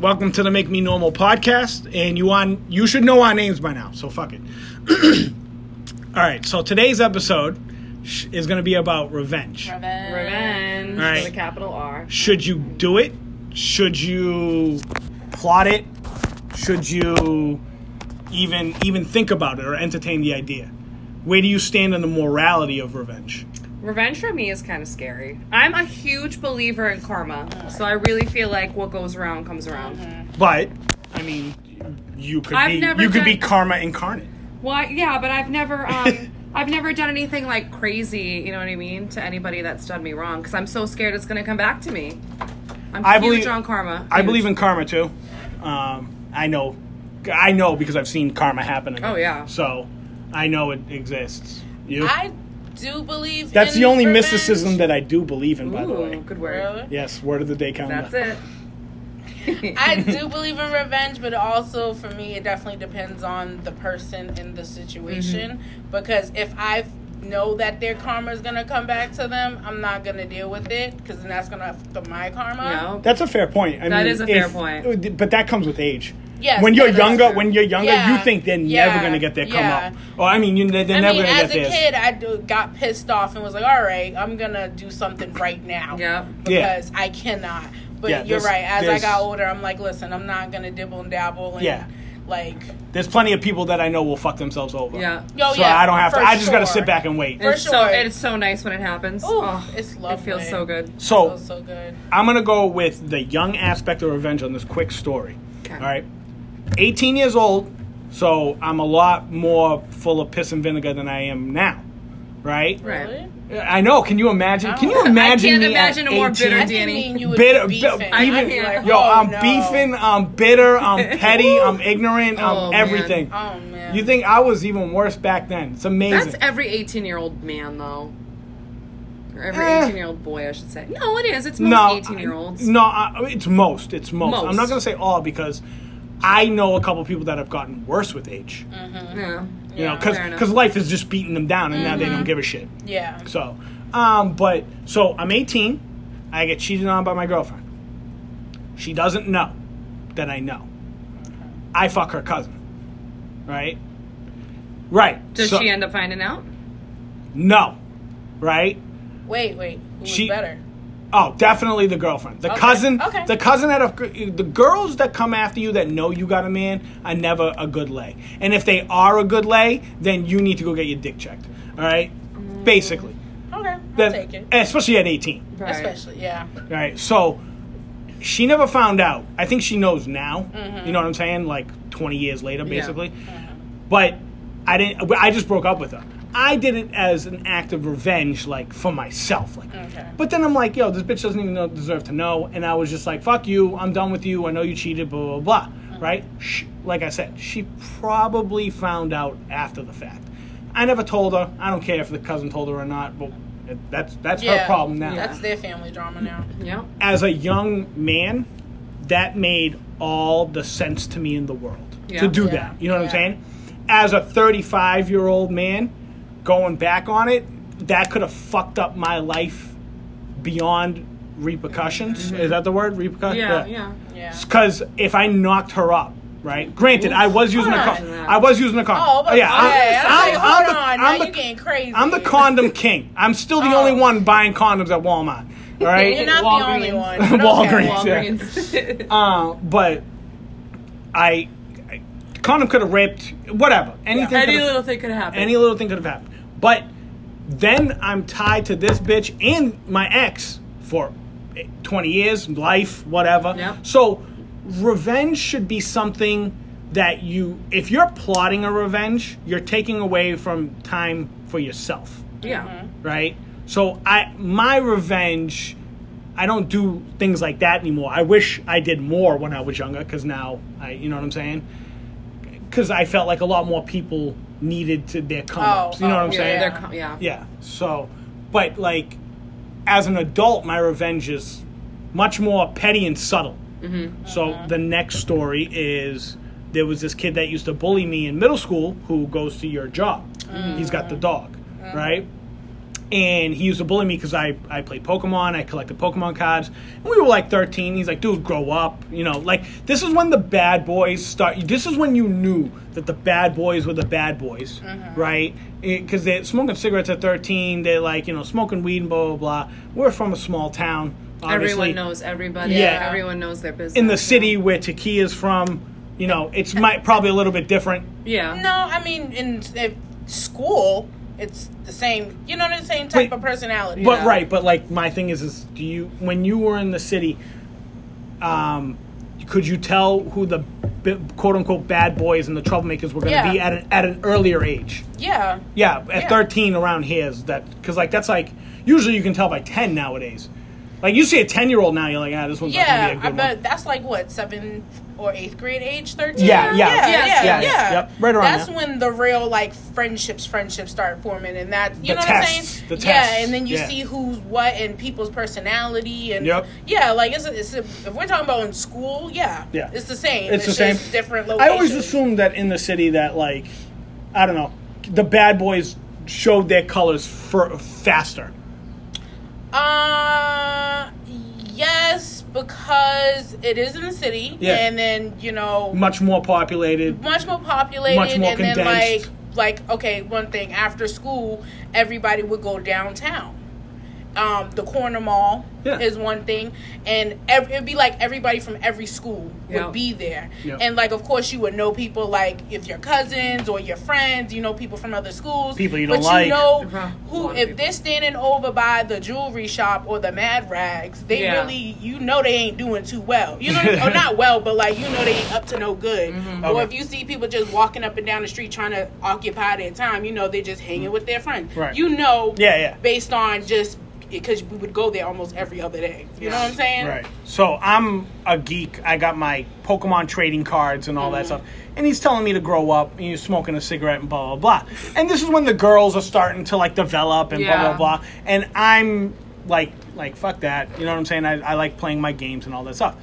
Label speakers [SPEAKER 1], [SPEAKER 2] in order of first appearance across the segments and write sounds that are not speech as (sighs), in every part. [SPEAKER 1] welcome to the Make Me Normal podcast, and you on you should know our names by now, so fuck it. (clears throat) All right, so today's episode sh- is going to be about revenge.
[SPEAKER 2] Revenge.
[SPEAKER 3] Revenge
[SPEAKER 1] Alright.
[SPEAKER 3] with a capital R.
[SPEAKER 1] Should you do it? Should you plot it? Should you even even think about it or entertain the idea? Where do you stand on the morality of revenge?
[SPEAKER 3] Revenge for me is kind of scary. I'm a huge believer in karma, so I really feel like what goes around comes around.
[SPEAKER 1] But I mean, you could
[SPEAKER 3] I've
[SPEAKER 1] be
[SPEAKER 3] never
[SPEAKER 1] you could be
[SPEAKER 3] done-
[SPEAKER 1] karma incarnate.
[SPEAKER 3] Why? yeah, but I've never,
[SPEAKER 1] (laughs)
[SPEAKER 3] um, I've never done anything like crazy. You know what I mean? To anybody that's done me wrong, because I'm so scared it's gonna come back to me. I'm
[SPEAKER 1] I
[SPEAKER 3] huge
[SPEAKER 1] believe-
[SPEAKER 3] on karma.
[SPEAKER 1] I
[SPEAKER 3] Huge.
[SPEAKER 1] believe in karma too. Um, I know, I know because I've seen karma happen. in
[SPEAKER 3] Oh,
[SPEAKER 1] it.
[SPEAKER 3] yeah.
[SPEAKER 1] So I know it exists. You.
[SPEAKER 2] I do believe
[SPEAKER 1] That's
[SPEAKER 2] in
[SPEAKER 1] the only
[SPEAKER 2] revenge.
[SPEAKER 1] mysticism that I do believe in, by the
[SPEAKER 3] Ooh,
[SPEAKER 1] way.
[SPEAKER 3] good word.
[SPEAKER 2] Really?
[SPEAKER 1] Yes, word of the day calendar.
[SPEAKER 3] That's it.
[SPEAKER 2] I do (laughs) believe in revenge, but also for me, it definitely depends on the person and the situation.
[SPEAKER 1] Mm-hmm.
[SPEAKER 2] Because if I know that their karma is gonna come back to them, I'm not gonna deal with it because then that's gonna affect the- my karma.
[SPEAKER 3] No.
[SPEAKER 1] That's a fair point. I
[SPEAKER 3] That
[SPEAKER 1] mean,
[SPEAKER 3] is a fair
[SPEAKER 1] if- uh,
[SPEAKER 3] point.
[SPEAKER 1] But that comes with age.
[SPEAKER 2] Yes,
[SPEAKER 1] when you're
[SPEAKER 2] that is
[SPEAKER 1] younger,
[SPEAKER 3] true.
[SPEAKER 1] when you're younger,
[SPEAKER 2] Yeah.
[SPEAKER 1] you think they're never
[SPEAKER 2] Yeah.
[SPEAKER 1] going to get their come
[SPEAKER 2] Yeah.
[SPEAKER 1] up. Or I mean, you, they're, they're
[SPEAKER 2] I
[SPEAKER 1] never
[SPEAKER 2] mean,
[SPEAKER 1] going to
[SPEAKER 2] as
[SPEAKER 1] get
[SPEAKER 2] a
[SPEAKER 1] theirs.
[SPEAKER 2] kid, I do, got pissed off and was like, "All right, I'm gonna do something right now."
[SPEAKER 3] Yep.
[SPEAKER 1] Yeah.
[SPEAKER 2] Because I cannot. But
[SPEAKER 1] Yeah,
[SPEAKER 2] you're
[SPEAKER 1] there's-
[SPEAKER 2] right. As I
[SPEAKER 1] there's-
[SPEAKER 2] got older, I'm like, listen, I'm not gonna dibble and dabble and
[SPEAKER 1] Yeah.
[SPEAKER 2] like.
[SPEAKER 1] There's plenty of people that I know will fuck themselves over.
[SPEAKER 3] Yeah.
[SPEAKER 2] Yo,
[SPEAKER 1] so
[SPEAKER 2] yeah,
[SPEAKER 1] I don't have to.
[SPEAKER 2] for
[SPEAKER 1] I just got to
[SPEAKER 2] sure.
[SPEAKER 1] sit back and wait.
[SPEAKER 2] For
[SPEAKER 3] it's so
[SPEAKER 2] sure.
[SPEAKER 3] it's so nice when it happens.
[SPEAKER 2] Ooh,
[SPEAKER 3] oh,
[SPEAKER 2] it's
[SPEAKER 3] it
[SPEAKER 2] lovely.
[SPEAKER 3] feels so good.
[SPEAKER 1] So
[SPEAKER 2] Feels so good.
[SPEAKER 1] I'm gonna go with the young aspect of revenge on this quick story.
[SPEAKER 3] Okay.
[SPEAKER 1] All right, 18 years old, so I'm a lot more full of piss and vinegar than I am now, right?
[SPEAKER 3] Right. Oh.
[SPEAKER 2] Really?
[SPEAKER 1] I know. Can you imagine? Can you
[SPEAKER 2] I
[SPEAKER 1] imagine?
[SPEAKER 3] can't
[SPEAKER 1] me
[SPEAKER 3] imagine
[SPEAKER 1] at
[SPEAKER 3] a more
[SPEAKER 1] 18?
[SPEAKER 3] bitter
[SPEAKER 2] I
[SPEAKER 3] dude.
[SPEAKER 2] didn't
[SPEAKER 3] Danny.
[SPEAKER 2] mean you would
[SPEAKER 1] Bitter,
[SPEAKER 2] be
[SPEAKER 1] bi-
[SPEAKER 2] beefing.
[SPEAKER 1] even-
[SPEAKER 2] I'd be like,
[SPEAKER 1] yo,
[SPEAKER 2] oh,
[SPEAKER 1] I'm
[SPEAKER 2] no.
[SPEAKER 1] beefing. I'm bitter.
[SPEAKER 3] (laughs)
[SPEAKER 1] I'm petty. I'm ignorant. I'm
[SPEAKER 3] Oh, man.
[SPEAKER 1] everything.
[SPEAKER 2] Oh man.
[SPEAKER 1] You think I was even worse back then? It's amazing.
[SPEAKER 3] That's every 18 year old man, though. Or every
[SPEAKER 1] Eh.
[SPEAKER 3] 18 year old boy, I should say. No, it is. It's
[SPEAKER 1] no,
[SPEAKER 3] most 18 year olds.
[SPEAKER 1] No, I, it's most. It's most. I'm not
[SPEAKER 3] Most.
[SPEAKER 1] gonna say all because I know a couple people that have gotten worse with age.
[SPEAKER 3] Mm, Yeah.
[SPEAKER 1] You know,
[SPEAKER 2] Yeah,
[SPEAKER 1] because
[SPEAKER 3] fair enough. Mm-hmm.
[SPEAKER 1] life is just beating them down, and now they don't give a shit.
[SPEAKER 2] Yeah.
[SPEAKER 1] So, um, but so I'm 18. I get cheated on by my girlfriend. She doesn't know that I know. I fuck her cousin. Right. Right.
[SPEAKER 3] Does
[SPEAKER 1] so-
[SPEAKER 3] she end up finding out?
[SPEAKER 1] No. Right.
[SPEAKER 2] Wait, wait. Who
[SPEAKER 1] She-
[SPEAKER 2] was better?
[SPEAKER 1] Oh, definitely the girlfriend. The
[SPEAKER 2] Okay,
[SPEAKER 1] cousin.
[SPEAKER 2] okay.
[SPEAKER 1] The cousin that a, the girls that come after you that know you got a man are never a good lay. And if they are a good lay, then you need to go get your dick checked. All right. Basically.
[SPEAKER 2] Okay, Mm, I'll
[SPEAKER 1] That-
[SPEAKER 2] take it.
[SPEAKER 1] Especially at 18.
[SPEAKER 2] Especially, yeah.
[SPEAKER 1] Right. So she never found out. I think she knows now.
[SPEAKER 2] Mm-hmm.
[SPEAKER 1] You know what I'm saying? Like 20 years later, basically.
[SPEAKER 2] Uh-huh.
[SPEAKER 1] But I didn't. but I just broke up with her. I did it as an act of revenge, like for myself. Like,
[SPEAKER 2] Okay.
[SPEAKER 1] but then I'm like, yo, this bitch doesn't even know, deserve to know. And I was just like, fuck you. I'm done with you. I know you cheated. Blah blah blah.
[SPEAKER 2] Uh-huh.
[SPEAKER 1] Right? She, like I said, she probably found out after the fact. I never told her. I don't care if the cousin told her or not. But that's that's
[SPEAKER 2] yeah.
[SPEAKER 1] her problem now
[SPEAKER 2] That's their family drama now.
[SPEAKER 3] Yeah.
[SPEAKER 1] as a young man, that made all the sense to me in the world
[SPEAKER 3] Yeah.
[SPEAKER 1] to do
[SPEAKER 2] Yeah.
[SPEAKER 1] that. You know what I'm
[SPEAKER 2] Yeah.
[SPEAKER 1] saying? As a 35 year old man, going back on it, that could have fucked up my life beyond repercussions. Is that the word? Repercussions?
[SPEAKER 3] Yeah, yeah.
[SPEAKER 2] Mm-hmm. Yeah.
[SPEAKER 1] Because if I knocked her up, right? Granted, I was using a car.
[SPEAKER 3] Hold on.
[SPEAKER 1] I was using a car.
[SPEAKER 2] Oh, but
[SPEAKER 1] yeah.
[SPEAKER 2] yeah.
[SPEAKER 1] I'm,
[SPEAKER 2] Okay. I'm,
[SPEAKER 1] I'm,
[SPEAKER 2] like, hold
[SPEAKER 1] I'm the,
[SPEAKER 2] on.
[SPEAKER 1] I'm
[SPEAKER 2] now
[SPEAKER 1] the-
[SPEAKER 2] you getting crazy. (laughs)
[SPEAKER 1] I'm the condom king. I'm still the
[SPEAKER 2] Oh.
[SPEAKER 1] only one buying condoms at Walmart. All
[SPEAKER 2] (laughs)
[SPEAKER 1] right.
[SPEAKER 2] You're not the only
[SPEAKER 3] Walgreens.
[SPEAKER 2] one. but okay.
[SPEAKER 1] Walgreens, yeah.
[SPEAKER 3] Walgreens.
[SPEAKER 1] (laughs)
[SPEAKER 3] (laughs)
[SPEAKER 1] Uh, but I, I condom could have ripped, whatever. Anything.
[SPEAKER 3] Any
[SPEAKER 1] could've-
[SPEAKER 3] little thing could happen.
[SPEAKER 1] any little thing could have happened. But then I'm tied to this bitch and my ex for 20 years, life, whatever.
[SPEAKER 3] Yep.
[SPEAKER 1] So revenge should be something that you, if you're plotting a revenge, you're taking away from time for yourself
[SPEAKER 3] yeah.
[SPEAKER 1] right? So I my revenge I don't do things like that anymore. I wish I did more when I was younger cuz now I you know what I'm saying? Cuz I felt like a lot more people needed to their come ups, you know what
[SPEAKER 2] oh,
[SPEAKER 1] I'm
[SPEAKER 3] Yeah,
[SPEAKER 1] saying?
[SPEAKER 3] they're co- yeah.
[SPEAKER 1] Yeah. So but like as an adult my revenge is much more petty and subtle. So the next story is there was this kid that used to
[SPEAKER 3] Mm.
[SPEAKER 1] bully me in middle school who goes to your job. He's got the dog, right? and he used to bully me because I, I played Pokemon, I collected Pokemon cards. And we were like 13. He's like, dude, grow up. You know, like, this is when the bad boys start. This is when you knew that the bad boys were the bad boys,
[SPEAKER 3] Mm-hmm.
[SPEAKER 1] right? Because they're smoking cigarettes at 13. They're like, you know, smoking weed and blah, blah, blah. We're from a small town. Obviously.
[SPEAKER 3] Everyone knows everybody.
[SPEAKER 1] Yeah.
[SPEAKER 3] Everyone knows their business.
[SPEAKER 1] In the city where Takia's from, you know, it's might probably a little bit different.
[SPEAKER 3] Yeah.
[SPEAKER 2] No, I mean in, in school, it's the same. You know, the same type
[SPEAKER 1] But-
[SPEAKER 2] of personality.
[SPEAKER 1] But
[SPEAKER 3] Yeah.
[SPEAKER 1] right, but like my thing is, is do you when you were in the city, um, could you tell who the bi- quote unquote bad boys and the troublemakers were going to
[SPEAKER 2] Yeah.
[SPEAKER 1] be at an, at an earlier age?
[SPEAKER 2] Yeah.
[SPEAKER 1] Yeah, at
[SPEAKER 2] Yeah.
[SPEAKER 1] thirteen around here is that because like that's like usually you can tell by ten nowadays. Like you see a ten year old now, you're like, ah, this one's not
[SPEAKER 2] Yeah,
[SPEAKER 1] going to be
[SPEAKER 2] I
[SPEAKER 1] a good one.
[SPEAKER 2] bet that's like what seventh or eighth grade age, thirteen.
[SPEAKER 1] Yeah, yeah,
[SPEAKER 2] yeah,
[SPEAKER 3] yes,
[SPEAKER 2] yeah,
[SPEAKER 3] yes,
[SPEAKER 2] yeah.
[SPEAKER 1] yep, right around
[SPEAKER 2] That's
[SPEAKER 1] there.
[SPEAKER 2] when the real like friendships, friendships start forming, and that you
[SPEAKER 1] The
[SPEAKER 2] know
[SPEAKER 1] tests,
[SPEAKER 2] what I'm saying?
[SPEAKER 1] the
[SPEAKER 2] yeah,
[SPEAKER 1] tests,
[SPEAKER 2] and then you
[SPEAKER 1] yeah.
[SPEAKER 2] see who's what and people's personality, and
[SPEAKER 1] Yep.
[SPEAKER 2] yeah, like it's, it's if we're talking about in school, yeah,
[SPEAKER 1] Yeah.
[SPEAKER 2] it's the same.
[SPEAKER 1] It's
[SPEAKER 2] It's,
[SPEAKER 1] the same.
[SPEAKER 2] Just different
[SPEAKER 1] I
[SPEAKER 2] locations.
[SPEAKER 1] always assumed that in the city that like, I don't know, the bad boys showed their colors for, faster.
[SPEAKER 2] Uh, yes, because it is in the city,
[SPEAKER 1] Yeah.
[SPEAKER 2] and then you know
[SPEAKER 1] much more populated.
[SPEAKER 2] much more populated
[SPEAKER 1] Much more
[SPEAKER 2] and
[SPEAKER 1] condensed.
[SPEAKER 2] then like like okay one thing after school everybody would go downtown um the corner mall
[SPEAKER 1] Yeah.
[SPEAKER 2] is one thing and ev- it'd be like everybody from every school would
[SPEAKER 3] Yeah.
[SPEAKER 2] be there
[SPEAKER 1] Yeah.
[SPEAKER 2] and like of course you would know people like if your cousins or your friends you know people from other schools
[SPEAKER 1] People you
[SPEAKER 2] but
[SPEAKER 1] don't like.
[SPEAKER 2] you know
[SPEAKER 3] Uh-huh. A
[SPEAKER 2] who
[SPEAKER 3] lot of
[SPEAKER 2] if
[SPEAKER 3] people.
[SPEAKER 2] they're standing over by the jewelry shop or the mad rags they
[SPEAKER 3] Yeah.
[SPEAKER 2] really you know they ain't doing too well you know what I mean?
[SPEAKER 1] (laughs)
[SPEAKER 2] or not well but like you know they ain't up to no good or
[SPEAKER 1] Mm-hmm. Okay.
[SPEAKER 2] if you see people just walking up and down the street trying to occupy their time, you know they're just hanging with their friends.
[SPEAKER 1] Mm-hmm. Right.
[SPEAKER 2] You know,
[SPEAKER 1] Yeah, yeah.
[SPEAKER 2] based on just because we would go there almost every other day. You know what I'm saying?
[SPEAKER 1] Right. So I'm a geek. I got my Pokemon trading cards and all
[SPEAKER 3] Mm-hmm.
[SPEAKER 1] that stuff. And he's telling me to grow up. And he's smoking a cigarette and blah blah blah. And this is when the girls are starting to like develop and blah
[SPEAKER 3] Yeah.
[SPEAKER 1] blah blah. And I'm like like fuck that. You know what I'm saying? I, I like playing my games and all that stuff.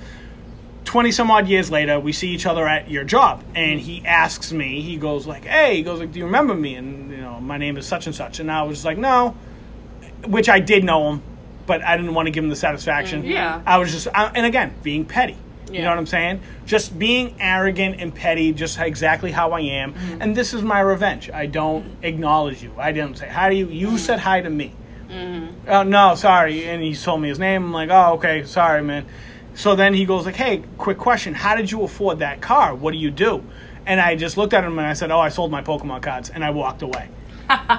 [SPEAKER 1] 20 some odd years later we see each other at your job and he asks me he goes like hey he goes like do you remember me and you know my name is such and such and i was just like no which i did know him but i didn't want to give him the satisfaction
[SPEAKER 3] Mm, Yeah.
[SPEAKER 1] i was just I, and again being petty you
[SPEAKER 2] Yeah.
[SPEAKER 1] know what i'm saying just being arrogant and petty just exactly how i am
[SPEAKER 2] Mm-hmm.
[SPEAKER 1] and this is my revenge i don't acknowledge you i didn't say hi to you
[SPEAKER 2] Mm-hmm.
[SPEAKER 1] you said hi to me oh no sorry and he told me his name i'm like oh okay sorry man so then he goes like hey quick question how did you afford that car what do you do and i just looked at him and i said oh i sold my pokemon cards and i walked
[SPEAKER 2] (laughs)
[SPEAKER 1] away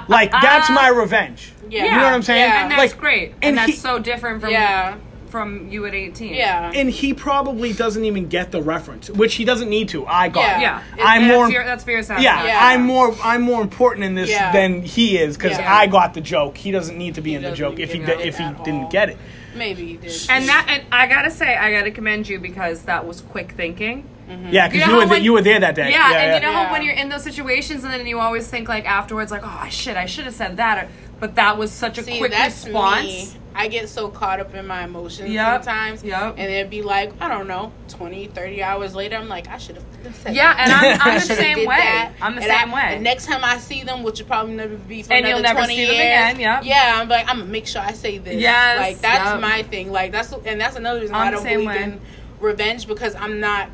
[SPEAKER 1] like that's my revenge
[SPEAKER 2] Yeah.
[SPEAKER 1] you know what i'm saying
[SPEAKER 2] Yeah.
[SPEAKER 3] And that's
[SPEAKER 1] Like,
[SPEAKER 3] great. And,
[SPEAKER 1] and
[SPEAKER 3] that's
[SPEAKER 1] he-
[SPEAKER 3] so different from
[SPEAKER 2] Yeah.
[SPEAKER 3] from you at 18.
[SPEAKER 2] Yeah.
[SPEAKER 1] and he probably doesn't even get the reference which he doesn't need to i got it.
[SPEAKER 2] Yeah.
[SPEAKER 3] Yeah.
[SPEAKER 1] i'm
[SPEAKER 3] And
[SPEAKER 1] more
[SPEAKER 3] That's, your, that's for your sound.
[SPEAKER 1] yeah,
[SPEAKER 2] Yeah.
[SPEAKER 1] I'm more I'm more important in this
[SPEAKER 2] Yeah.
[SPEAKER 1] than he is because
[SPEAKER 2] Yeah.
[SPEAKER 1] I got the joke. He doesn't need to be in the
[SPEAKER 2] doesn't
[SPEAKER 1] joke if he
[SPEAKER 2] get
[SPEAKER 1] did,
[SPEAKER 2] it
[SPEAKER 1] if he
[SPEAKER 2] at all.
[SPEAKER 1] didn't get it.
[SPEAKER 2] Maybe you did.
[SPEAKER 3] And that, and I gotta say, I gotta commend you because that was quick thinking.
[SPEAKER 1] Yeah, because
[SPEAKER 3] Mm-hmm. You
[SPEAKER 1] you,
[SPEAKER 3] know how
[SPEAKER 1] were th-
[SPEAKER 3] when-
[SPEAKER 1] you were there that
[SPEAKER 3] Yeah,
[SPEAKER 1] day.
[SPEAKER 3] and you know
[SPEAKER 2] Yeah.
[SPEAKER 3] how when you're in those situations, and then you always think like afterwards, like, oh shit, I should have said that, or, but that was such a
[SPEAKER 2] See,
[SPEAKER 3] quick
[SPEAKER 2] that's (laughs)
[SPEAKER 3] response.
[SPEAKER 2] me. I get so caught up in my emotions
[SPEAKER 3] Yep.
[SPEAKER 2] sometimes.
[SPEAKER 3] Yep.
[SPEAKER 2] And it'd be like, I don't know, 20, 30 hours later, I'm like, I should have said
[SPEAKER 3] Yeah, and
[SPEAKER 1] (laughs)
[SPEAKER 3] I'm, I'm the
[SPEAKER 2] I (laughs) should've
[SPEAKER 3] same
[SPEAKER 2] did
[SPEAKER 3] way.
[SPEAKER 2] that.
[SPEAKER 3] I'm the
[SPEAKER 2] And I-
[SPEAKER 3] same way.
[SPEAKER 2] The next time I see them, which will probably never be for
[SPEAKER 3] And
[SPEAKER 2] another
[SPEAKER 3] you'll never
[SPEAKER 2] 20
[SPEAKER 3] see them
[SPEAKER 2] years,
[SPEAKER 3] again, yep.
[SPEAKER 2] Yeah, I'm like, I'm gonna make sure I say this.
[SPEAKER 3] Yes,
[SPEAKER 2] like that's
[SPEAKER 3] yep.
[SPEAKER 2] my thing. Like that's and that's another reason why
[SPEAKER 3] I'm
[SPEAKER 2] I
[SPEAKER 3] the
[SPEAKER 2] don't
[SPEAKER 3] same
[SPEAKER 2] believe
[SPEAKER 3] way.
[SPEAKER 2] in revenge because I'm not.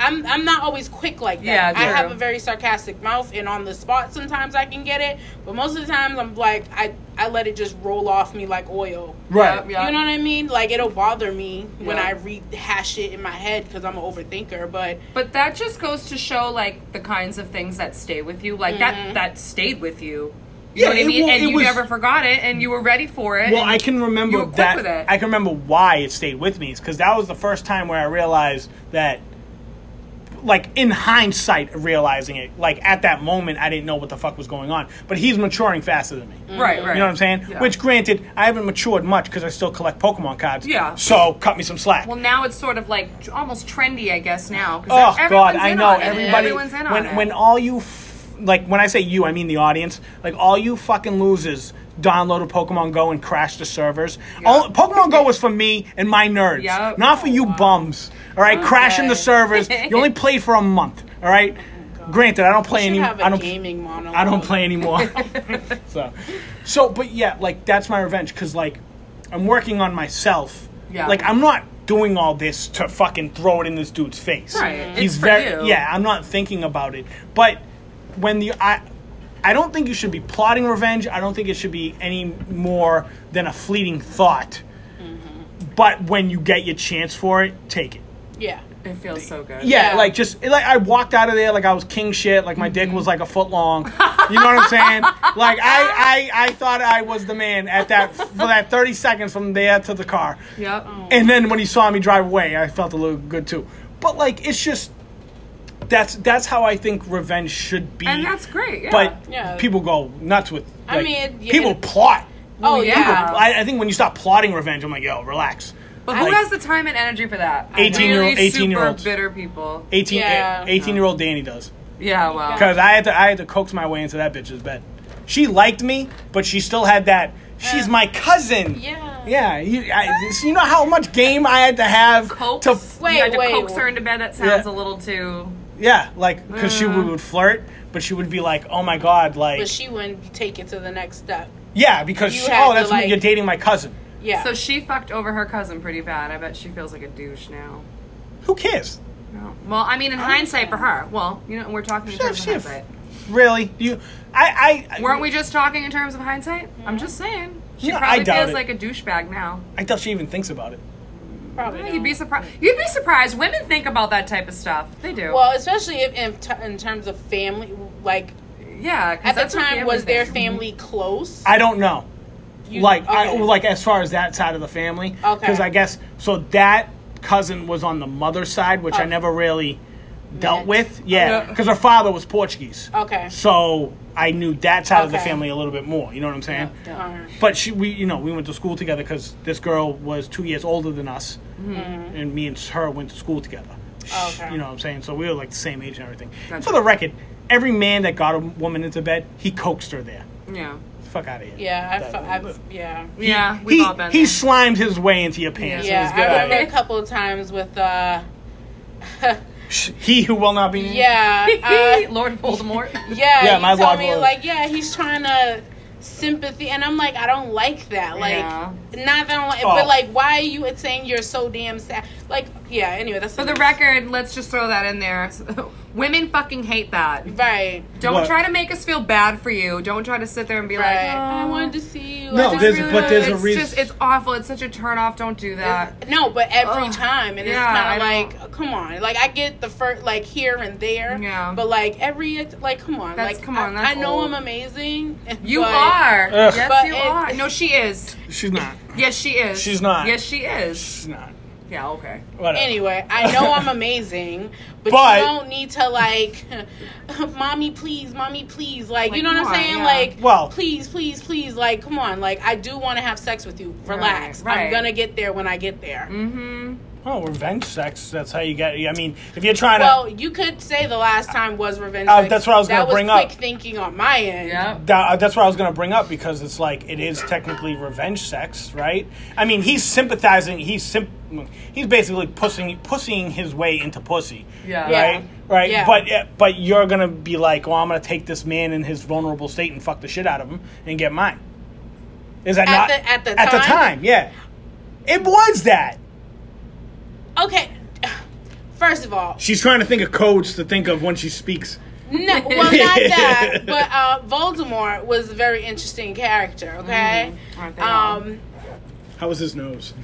[SPEAKER 2] I'm I'm not always quick like that.
[SPEAKER 3] Yeah,
[SPEAKER 2] I have
[SPEAKER 3] true.
[SPEAKER 2] a very sarcastic mouth, and on the spot sometimes I can get it, but most of the times I'm like I I let it just roll off me like oil.
[SPEAKER 1] Right.
[SPEAKER 3] Yep, yep.
[SPEAKER 2] You know what I mean? Like it'll bother me when
[SPEAKER 3] Yeah.
[SPEAKER 2] I rehash it in my head because I'm an overthinker. But
[SPEAKER 3] But that just goes to show like the kinds of things that stay with you, like that
[SPEAKER 2] Mm-hmm.
[SPEAKER 3] that stayed with you. You
[SPEAKER 1] Yeah,
[SPEAKER 3] know what I
[SPEAKER 1] it
[SPEAKER 3] mean?
[SPEAKER 1] wa-
[SPEAKER 3] and
[SPEAKER 1] it
[SPEAKER 3] you
[SPEAKER 1] was-
[SPEAKER 3] never forgot it, and you were ready for it.
[SPEAKER 1] Well,
[SPEAKER 3] and
[SPEAKER 1] I can
[SPEAKER 3] you were
[SPEAKER 1] remember
[SPEAKER 3] quick
[SPEAKER 1] that.
[SPEAKER 3] with it.
[SPEAKER 1] I can remember why it stayed with me because that was the first time where I realized that, like in hindsight, realizing it. Like at that moment, I didn't know what the fuck was going on. But he's maturing faster than me.
[SPEAKER 3] right,
[SPEAKER 2] Mm-hmm.
[SPEAKER 3] right.
[SPEAKER 1] You know what I'm saying?
[SPEAKER 3] Yeah.
[SPEAKER 1] Which, granted, I haven't matured much because I still collect Pokemon cards.
[SPEAKER 3] Yeah.
[SPEAKER 1] So cut me some slack.
[SPEAKER 3] Well, now it's sort of like tr- almost trendy, I guess. Now, 'cause
[SPEAKER 1] Oh
[SPEAKER 3] everyone's
[SPEAKER 1] God, I
[SPEAKER 3] in
[SPEAKER 1] know
[SPEAKER 3] on it.
[SPEAKER 1] everybody.
[SPEAKER 3] Everyone's in on
[SPEAKER 1] when
[SPEAKER 3] it.
[SPEAKER 1] when all you f- like when I say you, I mean the audience. Like all you fucking losers downloaded Pokemon Go and crashed the servers. All, Pokemon Go was for me and my nerds,
[SPEAKER 3] Yep. Oh, (laughs) Oh,
[SPEAKER 1] not for you bums. All right, crashing the servers. You only played for a month. All right. Granted, I don't play
[SPEAKER 2] should
[SPEAKER 1] any.
[SPEAKER 2] have a
[SPEAKER 1] I don't.
[SPEAKER 2] gaming monologue.
[SPEAKER 1] I don't play anymore.
[SPEAKER 3] (laughs)
[SPEAKER 1] so, so, but yeah, like that's my revenge because like I'm working on myself.
[SPEAKER 3] Yeah.
[SPEAKER 1] Like I'm not doing all this to fucking throw it in this dude's face.
[SPEAKER 3] Right. It's for you.
[SPEAKER 1] Yeah, I'm not thinking about it. But when the I. I don't think you should be plotting revenge. I don't think it should be any more than a fleeting thought.
[SPEAKER 3] Mm-hmm.
[SPEAKER 1] But when you get your chance for it, take it.
[SPEAKER 2] Yeah.
[SPEAKER 3] It feels so good.
[SPEAKER 1] Yeah,
[SPEAKER 2] Yeah.
[SPEAKER 1] like just it- like I walked out of there like I was king shit. Like my dick
[SPEAKER 3] Mm-hmm.
[SPEAKER 1] was like a foot long. You know what I'm
[SPEAKER 3] (laughs)
[SPEAKER 1] saying? like I, I I thought I was the man at that for that 30 seconds from there to the car.
[SPEAKER 3] Yep.
[SPEAKER 1] And then when he saw me drive away, I felt a little good too. But like it's just that's that's how I think revenge should be.
[SPEAKER 3] And that's great. Yeah.
[SPEAKER 1] But
[SPEAKER 2] Yeah.
[SPEAKER 1] people go nuts with.
[SPEAKER 2] I
[SPEAKER 1] like,
[SPEAKER 2] mean, it- yeah,
[SPEAKER 1] people
[SPEAKER 2] it-
[SPEAKER 1] plot.
[SPEAKER 2] Oh
[SPEAKER 3] yeah.
[SPEAKER 2] yeah.
[SPEAKER 1] I, I think when you stop plotting revenge, I'm like, yo, relax.
[SPEAKER 3] But who
[SPEAKER 1] Like-
[SPEAKER 3] has the time and energy for that?
[SPEAKER 1] 18-year-old-
[SPEAKER 3] Really
[SPEAKER 1] 18-year-olds.
[SPEAKER 3] Super bitter people.
[SPEAKER 1] 18,
[SPEAKER 2] Yeah.
[SPEAKER 1] 18 year old Danny does.
[SPEAKER 3] Yeah. Well.
[SPEAKER 1] Because I had to, I had to coax my way into that bitch's bed. She liked me, but she still had that. She's
[SPEAKER 2] Uh,
[SPEAKER 1] my cousin.
[SPEAKER 2] Yeah.
[SPEAKER 1] Yeah. You, I, so you know how much game I had to have
[SPEAKER 3] Coax.
[SPEAKER 1] to.
[SPEAKER 3] you
[SPEAKER 2] Wait,
[SPEAKER 3] had to
[SPEAKER 2] wait,
[SPEAKER 3] coax her
[SPEAKER 2] wait.
[SPEAKER 3] into bed. That sounds
[SPEAKER 1] Yeah.
[SPEAKER 3] a little too.
[SPEAKER 1] Yeah, like because she would, would flirt, but she would be like, "Oh my god, like
[SPEAKER 2] But Mm. she wouldn't take it to the next step.
[SPEAKER 1] yeah," because
[SPEAKER 2] you
[SPEAKER 1] she,
[SPEAKER 2] had
[SPEAKER 1] oh,
[SPEAKER 2] to,
[SPEAKER 1] that's when
[SPEAKER 2] like-
[SPEAKER 1] you're dating my cousin.
[SPEAKER 2] Yeah.
[SPEAKER 3] So she fucked over her cousin pretty bad. I bet she feels like a douche now.
[SPEAKER 1] Who cares?
[SPEAKER 3] No. Well, I mean, in hindsight, for her. Well, you know, we're talking in
[SPEAKER 1] Sure,
[SPEAKER 3] terms of
[SPEAKER 1] sure.
[SPEAKER 3] hindsight.
[SPEAKER 1] Really? You? I I
[SPEAKER 3] Weren't we just talking in terms of hindsight? I'm just saying. She
[SPEAKER 1] No, I
[SPEAKER 3] probably
[SPEAKER 1] doubt
[SPEAKER 3] feels
[SPEAKER 1] it.
[SPEAKER 3] like a douchebag now.
[SPEAKER 1] I doubt she even thinks about it.
[SPEAKER 2] probably.
[SPEAKER 3] Yeah, you'd be
[SPEAKER 2] not.
[SPEAKER 3] surprised. You'd be surprised. Women think about that type of stuff. They do.
[SPEAKER 2] well, especially if, in, t- in terms of family, like
[SPEAKER 3] yeah. 'cause
[SPEAKER 2] at the
[SPEAKER 3] that's a
[SPEAKER 2] time,
[SPEAKER 3] family
[SPEAKER 2] was their
[SPEAKER 3] thing.
[SPEAKER 2] family close?
[SPEAKER 1] I don't know.
[SPEAKER 2] You-
[SPEAKER 1] like I
[SPEAKER 2] okay.
[SPEAKER 1] like as far as that side of the family.
[SPEAKER 2] Okay.
[SPEAKER 1] Because I guess so that cousin was on the mother's side, which I
[SPEAKER 2] Oh.
[SPEAKER 1] never really dealt
[SPEAKER 2] Mixed.
[SPEAKER 1] with. Yeah.
[SPEAKER 3] Yeah.
[SPEAKER 1] Because her father was Portuguese.
[SPEAKER 2] Okay.
[SPEAKER 1] So I knew that side of the
[SPEAKER 2] Oh. Okay.
[SPEAKER 1] family a little bit more. You know what I'm saying?
[SPEAKER 2] Alright.
[SPEAKER 1] But she, we, you know, we went to school together because this girl was two years older than us, and me and her went to school together.
[SPEAKER 2] Mm-hmm. Oh, Okay.
[SPEAKER 1] You know what I'm saying? So we were like the same age and everything.
[SPEAKER 3] Gotcha.
[SPEAKER 1] For the record, every man that got a woman into bed, he coaxed her there.
[SPEAKER 3] Yeah.
[SPEAKER 1] Fuck out of here.
[SPEAKER 2] Yeah, I
[SPEAKER 1] That-
[SPEAKER 2] fe- I've, yeah.
[SPEAKER 3] Yeah. We've
[SPEAKER 1] he,
[SPEAKER 3] all been
[SPEAKER 1] he
[SPEAKER 3] there.
[SPEAKER 1] slimed his way into your pants.
[SPEAKER 2] Yeah,
[SPEAKER 1] It was
[SPEAKER 2] I
[SPEAKER 1] good.
[SPEAKER 2] remember a couple of times with, uh,
[SPEAKER 1] Sh- He who will not be named.
[SPEAKER 2] (laughs) yeah, (laughs)
[SPEAKER 3] (laughs)
[SPEAKER 2] uh,
[SPEAKER 3] Lord Voldemort.
[SPEAKER 2] yeah,
[SPEAKER 1] Yeah,
[SPEAKER 2] you
[SPEAKER 1] my
[SPEAKER 2] told
[SPEAKER 1] Lord
[SPEAKER 2] me,
[SPEAKER 1] Voldemort.
[SPEAKER 2] like, yeah, he's trying to sympathy, and I'm like, I don't like that, like,
[SPEAKER 3] Yeah.
[SPEAKER 2] not that, I don't like,
[SPEAKER 1] Oh.
[SPEAKER 2] but like, why are you saying you're so damn sad? Like, yeah. Anyway, that's
[SPEAKER 3] For the record, let's just throw that in there. (laughs) Women fucking hate that.
[SPEAKER 2] right?
[SPEAKER 3] Don't
[SPEAKER 1] What?
[SPEAKER 3] try to make us feel bad for you. Don't try to sit there and be
[SPEAKER 2] Right.
[SPEAKER 3] like,
[SPEAKER 2] I
[SPEAKER 3] "Oh,
[SPEAKER 2] wanted to see you.
[SPEAKER 1] No,
[SPEAKER 2] I just
[SPEAKER 1] there's-
[SPEAKER 2] really
[SPEAKER 1] but there's a
[SPEAKER 3] it's
[SPEAKER 1] reason-
[SPEAKER 3] Just, it's awful. It's such a turnoff. Don't do that.
[SPEAKER 2] No, but every
[SPEAKER 3] Ugh.
[SPEAKER 2] time, and
[SPEAKER 3] Yeah, I
[SPEAKER 2] it's
[SPEAKER 3] don't-
[SPEAKER 2] kind of like, come on. Like I get the first, like here and there,
[SPEAKER 3] Yeah.
[SPEAKER 2] But like every, like come on,
[SPEAKER 3] That's-
[SPEAKER 2] like
[SPEAKER 3] come on,
[SPEAKER 2] I,
[SPEAKER 3] that's
[SPEAKER 2] I know
[SPEAKER 3] old.
[SPEAKER 2] I'm amazing.
[SPEAKER 3] You
[SPEAKER 2] but-
[SPEAKER 3] are.
[SPEAKER 1] Ugh.
[SPEAKER 3] Yes,
[SPEAKER 2] But
[SPEAKER 3] you
[SPEAKER 2] it-
[SPEAKER 3] are. No, she is.
[SPEAKER 1] She's not.
[SPEAKER 3] Yes, she is.
[SPEAKER 1] She's not.
[SPEAKER 3] Yes, she is.
[SPEAKER 1] She's not.
[SPEAKER 3] Yeah. Okay.
[SPEAKER 1] Whatever.
[SPEAKER 2] Anyway, I know
[SPEAKER 1] (laughs)
[SPEAKER 2] I'm amazing, but,
[SPEAKER 1] But-
[SPEAKER 2] you don't need to like, (laughs) mommy, please, mommy, please, like,
[SPEAKER 3] Like,
[SPEAKER 2] you know what I'm
[SPEAKER 3] come on,
[SPEAKER 2] saying?
[SPEAKER 3] yeah.
[SPEAKER 2] Like,
[SPEAKER 1] Well-
[SPEAKER 2] please, please, please, like, come on, like, I do want to have sex with you. Relax,
[SPEAKER 3] Right, right.
[SPEAKER 2] I'm gonna get there when I get there.
[SPEAKER 3] Mm-hmm.
[SPEAKER 1] Oh, revenge sex. That's how you get. I mean, if you're trying
[SPEAKER 2] Well,
[SPEAKER 1] to.
[SPEAKER 2] you could say the last time was revenge.
[SPEAKER 1] Uh,
[SPEAKER 2] sex.
[SPEAKER 1] that's what I was
[SPEAKER 2] That
[SPEAKER 1] gonna bring
[SPEAKER 2] quick
[SPEAKER 1] up.
[SPEAKER 2] Thinking on my end.
[SPEAKER 3] Yeah.
[SPEAKER 1] That, uh, that's what I was going to bring up because it's like it is technically revenge sex, right? I mean, he's sympathizing. He's simp- He's basically pussing, pussying his way into pussy.
[SPEAKER 3] Yeah.
[SPEAKER 2] Yeah.
[SPEAKER 1] Right. Right.
[SPEAKER 2] Yeah.
[SPEAKER 1] But uh, but you're gonna be like, well, I'm gonna take this man in his vulnerable state and fuck the shit out of him and get mine. Is that
[SPEAKER 2] At
[SPEAKER 1] not
[SPEAKER 2] the- at the
[SPEAKER 1] at the
[SPEAKER 2] time?
[SPEAKER 1] time? Yeah. It was that.
[SPEAKER 2] Okay. (sighs) First of all,
[SPEAKER 1] She's trying to think of codes to think of when she speaks.
[SPEAKER 2] no,
[SPEAKER 1] (laughs)
[SPEAKER 2] well, not that, but uh, Voldemort was a very interesting character. Okay.
[SPEAKER 3] Aren't they all?
[SPEAKER 2] Um,
[SPEAKER 1] How was his nose?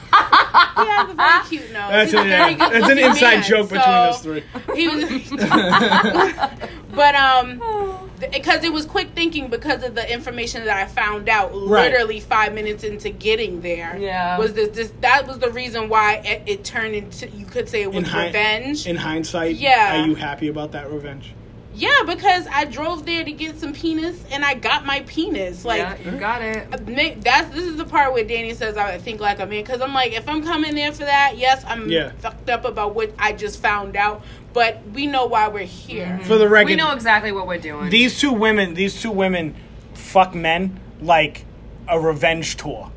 [SPEAKER 2] he has a very
[SPEAKER 1] (laughs)
[SPEAKER 2] cute nose.
[SPEAKER 1] That's
[SPEAKER 2] He's a
[SPEAKER 1] an,
[SPEAKER 2] very good
[SPEAKER 1] that's an
[SPEAKER 2] looking
[SPEAKER 1] inside
[SPEAKER 2] man,
[SPEAKER 1] joke between
[SPEAKER 2] so
[SPEAKER 1] us three.
[SPEAKER 2] He was,
[SPEAKER 3] (laughs)
[SPEAKER 2] but um.
[SPEAKER 3] (sighs)
[SPEAKER 2] Because it was quick thinking because of the information that I found out
[SPEAKER 1] Right.
[SPEAKER 2] literally five minutes into getting there.
[SPEAKER 3] Yeah.
[SPEAKER 2] Was this, this that was the reason why it, it turned into you could say it was
[SPEAKER 1] In, hi-
[SPEAKER 2] revenge.
[SPEAKER 1] in hindsight,
[SPEAKER 2] Yeah.
[SPEAKER 1] are you happy about that revenge?
[SPEAKER 2] yeah, because I drove there to get some penis and I got my penis. Like
[SPEAKER 3] yeah, you got it.
[SPEAKER 2] Ma- that's this is the part where Danny says I think like a man because I'm like if I'm coming in for that yes I'm
[SPEAKER 1] Yeah.
[SPEAKER 2] fucked up about what I just found out but we know why we're here
[SPEAKER 3] Mm-hmm.
[SPEAKER 1] For the record,
[SPEAKER 3] We know exactly what we're doing.
[SPEAKER 1] these two women, these two women, fuck men like a revenge tour.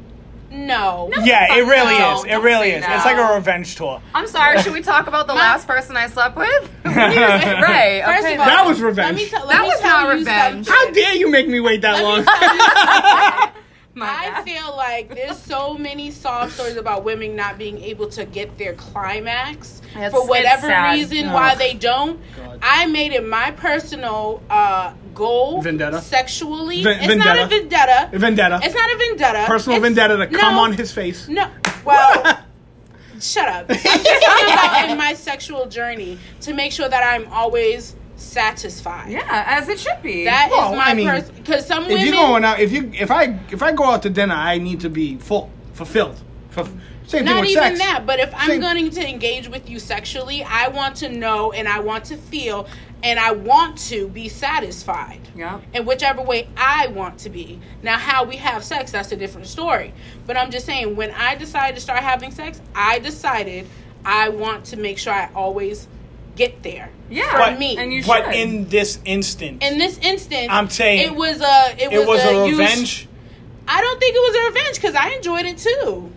[SPEAKER 2] No.
[SPEAKER 1] yeah, it really
[SPEAKER 3] No,
[SPEAKER 1] is. It
[SPEAKER 3] don't
[SPEAKER 1] really
[SPEAKER 3] say
[SPEAKER 1] is.
[SPEAKER 3] that.
[SPEAKER 1] It's like a revenge tour.
[SPEAKER 3] I'm sorry. Should we talk about the last person I slept
[SPEAKER 1] (laughs)
[SPEAKER 3] with? right.
[SPEAKER 2] (laughs) First
[SPEAKER 3] okay.
[SPEAKER 2] of all,
[SPEAKER 1] That was revenge.
[SPEAKER 2] Let me tell- let
[SPEAKER 3] That
[SPEAKER 2] me
[SPEAKER 3] was
[SPEAKER 2] tell
[SPEAKER 3] not
[SPEAKER 2] you
[SPEAKER 3] revenge.
[SPEAKER 2] something.
[SPEAKER 1] How dare you make me wait that long?
[SPEAKER 3] My
[SPEAKER 2] I
[SPEAKER 3] bad.
[SPEAKER 2] feel like there's so many sob stories about women not being able to get their climax
[SPEAKER 3] It's-
[SPEAKER 2] for
[SPEAKER 3] it's
[SPEAKER 2] whatever
[SPEAKER 3] sad.
[SPEAKER 2] reason
[SPEAKER 1] No.
[SPEAKER 2] why they don't.
[SPEAKER 1] God.
[SPEAKER 2] I made it my personal uh, goal
[SPEAKER 1] Vendetta?
[SPEAKER 2] sexually.
[SPEAKER 1] Ven-
[SPEAKER 2] it's not a
[SPEAKER 1] vendetta. (laughs)
[SPEAKER 2] vendetta.
[SPEAKER 1] vendetta.
[SPEAKER 2] It's not a vendetta.
[SPEAKER 1] Personal
[SPEAKER 2] It's-
[SPEAKER 1] vendetta to
[SPEAKER 2] no,
[SPEAKER 1] come on his face.
[SPEAKER 2] No.
[SPEAKER 1] (laughs)
[SPEAKER 2] Well, shut up. I'm just talking about in my sexual journey to make sure that I'm always satisfied.
[SPEAKER 3] Yeah, as it should be.
[SPEAKER 2] That is
[SPEAKER 1] Well,
[SPEAKER 2] my
[SPEAKER 1] I mean,
[SPEAKER 2] person. Because
[SPEAKER 1] (laughs)
[SPEAKER 2] some
[SPEAKER 1] if
[SPEAKER 2] women.
[SPEAKER 1] you're going out, if you if I if I go out to dinner, I need to be full, fulfilled. Fulf- same thing
[SPEAKER 2] Not
[SPEAKER 1] with
[SPEAKER 2] even
[SPEAKER 1] sex.
[SPEAKER 2] that, but if I'm
[SPEAKER 1] Same-
[SPEAKER 2] going to engage with you sexually, I want to know and I want to feel and I want to be satisfied.
[SPEAKER 3] Yeah.
[SPEAKER 2] In whichever way I want to be. Now, how we have sex, that's a different story. But I'm just saying, when I decided to start having sex, I decided I want to make sure I always get there.
[SPEAKER 3] Yeah.
[SPEAKER 2] But- me.
[SPEAKER 3] And you
[SPEAKER 1] but
[SPEAKER 3] should.
[SPEAKER 1] in this instance,
[SPEAKER 2] In this instance,
[SPEAKER 1] I'm saying
[SPEAKER 2] it was a it was,
[SPEAKER 1] it was a,
[SPEAKER 2] use-
[SPEAKER 1] revenge.
[SPEAKER 2] I don't think it was a revenge because I enjoyed it too.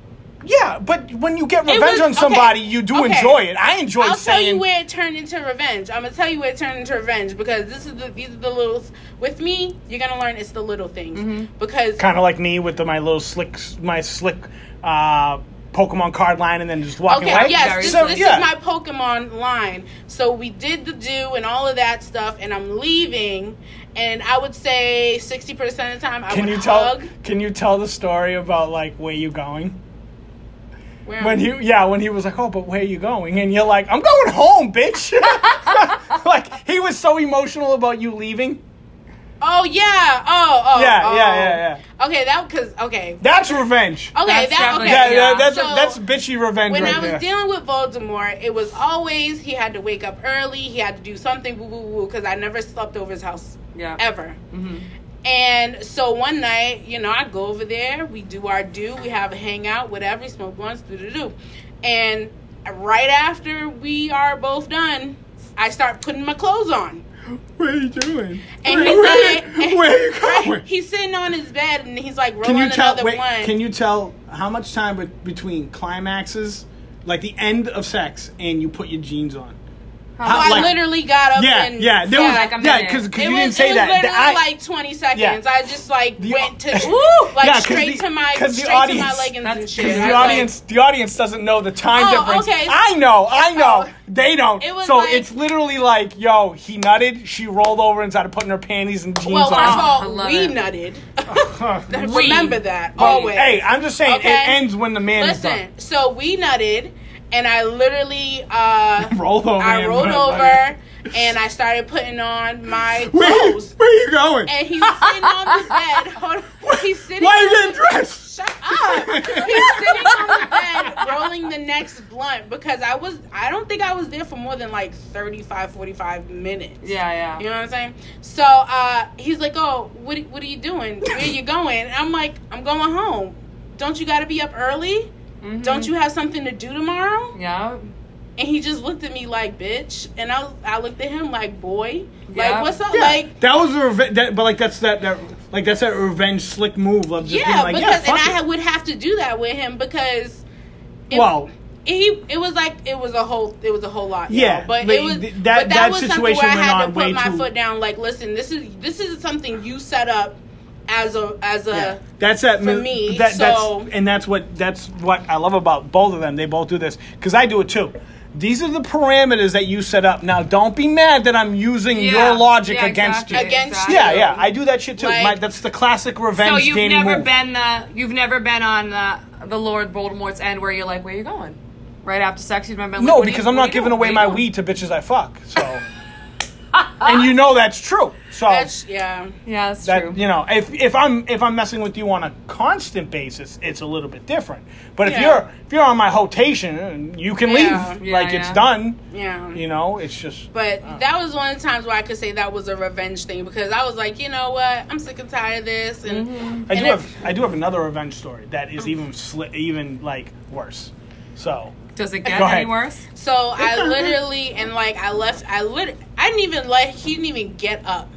[SPEAKER 1] Yeah, but when you get
[SPEAKER 2] It
[SPEAKER 1] revenge
[SPEAKER 2] was-
[SPEAKER 1] on somebody,
[SPEAKER 2] okay,
[SPEAKER 1] you do
[SPEAKER 2] okay.
[SPEAKER 1] enjoy it. I enjoy
[SPEAKER 2] I'll
[SPEAKER 1] saying.
[SPEAKER 2] tell you where it turned into revenge. I'm gonna tell you where it turned into revenge because this is the these are the little. With me, you're gonna learn it's the little things
[SPEAKER 1] Mm-hmm.
[SPEAKER 2] because
[SPEAKER 1] kind of like me with the, my little slick, my slick uh, Pokemon card line, and then just walking
[SPEAKER 2] okay,
[SPEAKER 1] away.
[SPEAKER 2] yes, this,
[SPEAKER 1] So,
[SPEAKER 2] this
[SPEAKER 1] yeah.
[SPEAKER 2] is my Pokemon line. So we did the do and all of that stuff, and I'm leaving. And I would say sixty percent of the time I
[SPEAKER 1] Can
[SPEAKER 2] would
[SPEAKER 1] you tell?
[SPEAKER 2] hug.
[SPEAKER 1] Can you tell the story about like where you going?
[SPEAKER 2] Where
[SPEAKER 1] When
[SPEAKER 2] I'm-
[SPEAKER 1] he, yeah, when he was like, "Oh, but where are you going?" and you're like, "I'm going home,
[SPEAKER 2] (laughs)
[SPEAKER 1] bitch." like he was so emotional about you leaving.
[SPEAKER 2] oh yeah, oh oh
[SPEAKER 1] Yeah,
[SPEAKER 2] oh.
[SPEAKER 1] yeah, yeah,
[SPEAKER 2] Okay, that because okay.
[SPEAKER 1] That's revenge.
[SPEAKER 2] Okay,
[SPEAKER 3] That's
[SPEAKER 2] that
[SPEAKER 3] definitely-
[SPEAKER 2] okay.
[SPEAKER 1] yeah, yeah,
[SPEAKER 3] yeah.
[SPEAKER 1] that's
[SPEAKER 2] So-
[SPEAKER 1] that's bitchy revenge
[SPEAKER 2] when
[SPEAKER 1] right
[SPEAKER 2] I was
[SPEAKER 1] there.
[SPEAKER 2] dealing with Voldemort, it was always he had to wake up early, he had to do something, woo woo woo, because I never slept over his house
[SPEAKER 3] yeah.
[SPEAKER 2] ever.
[SPEAKER 1] Mm-hmm.
[SPEAKER 3] Mhm.
[SPEAKER 2] And so one night, you know, I go over there, we do our do, we have a hangout, whatever, we smoke blunts, do do do. And right after we are both done, I start putting my clothes on.
[SPEAKER 1] what are you doing?
[SPEAKER 2] And
[SPEAKER 1] where,
[SPEAKER 2] he's
[SPEAKER 1] where-
[SPEAKER 2] like,
[SPEAKER 1] where are you
[SPEAKER 2] right,
[SPEAKER 1] going?
[SPEAKER 2] he's sitting on his bed and he's like rolling
[SPEAKER 1] can you tell?
[SPEAKER 2] another
[SPEAKER 1] Wait,
[SPEAKER 2] one.
[SPEAKER 1] can you tell how much time be- between climaxes, like the end of sex, and you put your jeans on?
[SPEAKER 2] so I
[SPEAKER 1] like-
[SPEAKER 2] literally got up
[SPEAKER 1] Yeah,
[SPEAKER 2] and
[SPEAKER 1] yeah, there
[SPEAKER 2] yeah.
[SPEAKER 1] was,
[SPEAKER 3] like a
[SPEAKER 1] yeah,
[SPEAKER 3] minute.
[SPEAKER 1] because you
[SPEAKER 2] it
[SPEAKER 1] didn't
[SPEAKER 2] was,
[SPEAKER 1] say
[SPEAKER 2] it was
[SPEAKER 1] that.
[SPEAKER 2] literally
[SPEAKER 1] I-
[SPEAKER 2] like 20 seconds. I just like
[SPEAKER 1] The-
[SPEAKER 2] went to
[SPEAKER 1] (laughs) Woo!
[SPEAKER 2] like
[SPEAKER 1] Yeah, 'cause
[SPEAKER 2] straight
[SPEAKER 1] the-
[SPEAKER 2] to my
[SPEAKER 1] 'cause the
[SPEAKER 2] straight to
[SPEAKER 1] audience-
[SPEAKER 2] my leggings and
[SPEAKER 3] That's-
[SPEAKER 2] shit.
[SPEAKER 1] 'cause
[SPEAKER 2] I
[SPEAKER 1] the
[SPEAKER 2] was
[SPEAKER 1] audience, the audience doesn't know the time
[SPEAKER 2] Oh,
[SPEAKER 1] difference.
[SPEAKER 2] okay.
[SPEAKER 1] I know, I know,
[SPEAKER 2] Oh.
[SPEAKER 1] they don't.
[SPEAKER 2] It was
[SPEAKER 1] So
[SPEAKER 2] like-
[SPEAKER 1] it's literally like, yo, he nutted. She rolled over and started putting her panties and jeans
[SPEAKER 2] Like, well,
[SPEAKER 1] on.
[SPEAKER 2] first of
[SPEAKER 3] Oh, I
[SPEAKER 2] all,
[SPEAKER 3] love
[SPEAKER 2] we
[SPEAKER 3] it.
[SPEAKER 1] (laughs)
[SPEAKER 2] nutted. (laughs)
[SPEAKER 1] Huh.
[SPEAKER 2] Remember that always.
[SPEAKER 1] Oh, Hey, I'm just saying,
[SPEAKER 2] Okay.
[SPEAKER 1] it ends when the man is (laughs)
[SPEAKER 2] Listen,
[SPEAKER 1] done.
[SPEAKER 2] so we nutted, and I literally uh,
[SPEAKER 1] (laughs) Rolled over.
[SPEAKER 2] I
[SPEAKER 1] and
[SPEAKER 2] rolled
[SPEAKER 1] went,
[SPEAKER 2] over, and I started putting
[SPEAKER 1] (laughs)
[SPEAKER 2] on my
[SPEAKER 1] Where,
[SPEAKER 2] clothes.
[SPEAKER 1] where are you going?
[SPEAKER 2] and he's sitting
[SPEAKER 1] (laughs)
[SPEAKER 2] on the bed. Hold on. He's sitting.
[SPEAKER 1] Why are you
[SPEAKER 2] on
[SPEAKER 1] getting
[SPEAKER 2] the-
[SPEAKER 1] dressed?
[SPEAKER 2] Shut up. He's sitting on the
[SPEAKER 1] (laughs)
[SPEAKER 2] bed rolling the next blunt because I was. I don't think I was there for more than like 35, 45 minutes.
[SPEAKER 3] Yeah,
[SPEAKER 2] You
[SPEAKER 3] yeah.
[SPEAKER 2] know what I'm saying? So uh, he's like, "Oh, what what are
[SPEAKER 1] (coughs)
[SPEAKER 2] you doing? Where you going?" And I'm like, "I'm going home. Don't you got to be up early?
[SPEAKER 3] Mhm.
[SPEAKER 1] Mm-hmm.
[SPEAKER 2] Don't you have something to do tomorrow?"
[SPEAKER 3] Yeah.
[SPEAKER 2] And he just looked at me like, "Bitch," and I I looked at him like, "Boy,
[SPEAKER 3] Yeah.
[SPEAKER 2] like what's up?"
[SPEAKER 1] Yeah,
[SPEAKER 2] Like
[SPEAKER 1] that was a revenge. That, but like that's that, that like that's that revenge slick move of just
[SPEAKER 2] yeah,
[SPEAKER 1] being like,
[SPEAKER 2] because
[SPEAKER 1] yeah,
[SPEAKER 2] and I
[SPEAKER 1] fuck
[SPEAKER 2] ha-
[SPEAKER 1] it.
[SPEAKER 2] would have to do that with him because it,
[SPEAKER 1] Well,
[SPEAKER 2] he it was like it was a whole it was a whole lot.
[SPEAKER 1] Yeah,
[SPEAKER 2] Yeah, but,
[SPEAKER 1] but
[SPEAKER 2] it was
[SPEAKER 1] th-
[SPEAKER 2] but
[SPEAKER 1] that-
[SPEAKER 2] that,
[SPEAKER 1] that
[SPEAKER 2] was something
[SPEAKER 1] situation
[SPEAKER 2] where I
[SPEAKER 1] went
[SPEAKER 2] had
[SPEAKER 1] on
[SPEAKER 2] to
[SPEAKER 1] way
[SPEAKER 2] put my
[SPEAKER 1] too-
[SPEAKER 2] foot down. Like, listen, this is this is something you set up as a as a
[SPEAKER 1] yeah. that's that
[SPEAKER 2] for
[SPEAKER 1] move-
[SPEAKER 2] me,
[SPEAKER 1] That,
[SPEAKER 2] so-
[SPEAKER 1] that's and that's what that's what I love about both of them. They both do this because I do it too. These are the parameters that you set up. Now, don't be mad that I'm using
[SPEAKER 3] Yeah.
[SPEAKER 1] your logic
[SPEAKER 3] Yeah,
[SPEAKER 1] against
[SPEAKER 3] exactly,
[SPEAKER 1] you.
[SPEAKER 2] Against
[SPEAKER 3] exactly.
[SPEAKER 1] Yeah, yeah, I do that shit too.
[SPEAKER 2] Like-
[SPEAKER 1] My, that's the classic revenge.
[SPEAKER 3] So you've
[SPEAKER 1] Danny
[SPEAKER 3] never
[SPEAKER 1] move.
[SPEAKER 3] been the you've never been on uh, the the Lord Voldemort's end where you're like, where you going? Right after sex, you've never been. Like,
[SPEAKER 1] No,
[SPEAKER 3] "What are you-
[SPEAKER 1] because
[SPEAKER 3] what
[SPEAKER 1] I'm
[SPEAKER 3] are
[SPEAKER 1] not
[SPEAKER 3] you
[SPEAKER 1] giving
[SPEAKER 3] doing?
[SPEAKER 1] away
[SPEAKER 3] Where
[SPEAKER 1] my
[SPEAKER 3] you going?"
[SPEAKER 1] weed to bitches I fuck. So,
[SPEAKER 2] (laughs)
[SPEAKER 1] and you know that's true. So
[SPEAKER 2] that's yeah.
[SPEAKER 3] Yeah, that's
[SPEAKER 1] that
[SPEAKER 3] true.
[SPEAKER 1] you know if, if i'm if i'm messing with you on a constant basis it's a little bit different but if
[SPEAKER 2] Yeah.
[SPEAKER 1] you're if you're on my hotation you can
[SPEAKER 2] Yeah.
[SPEAKER 1] leave
[SPEAKER 3] Yeah,
[SPEAKER 1] like it's
[SPEAKER 3] yeah.
[SPEAKER 1] done
[SPEAKER 2] Yeah.
[SPEAKER 1] you know it's just
[SPEAKER 2] But that was one of the times where I could say that was a revenge thing because I was like, you know what, I'm sick and tired of this, and
[SPEAKER 1] i
[SPEAKER 2] and Oh.
[SPEAKER 1] do
[SPEAKER 2] it-
[SPEAKER 1] have i do have another revenge story that is even sli- even like worse so
[SPEAKER 3] Does it get
[SPEAKER 1] Go
[SPEAKER 3] any
[SPEAKER 1] ahead.
[SPEAKER 3] worse?
[SPEAKER 2] So I literally and like I left. I lit. I didn't even let. He didn't even get up.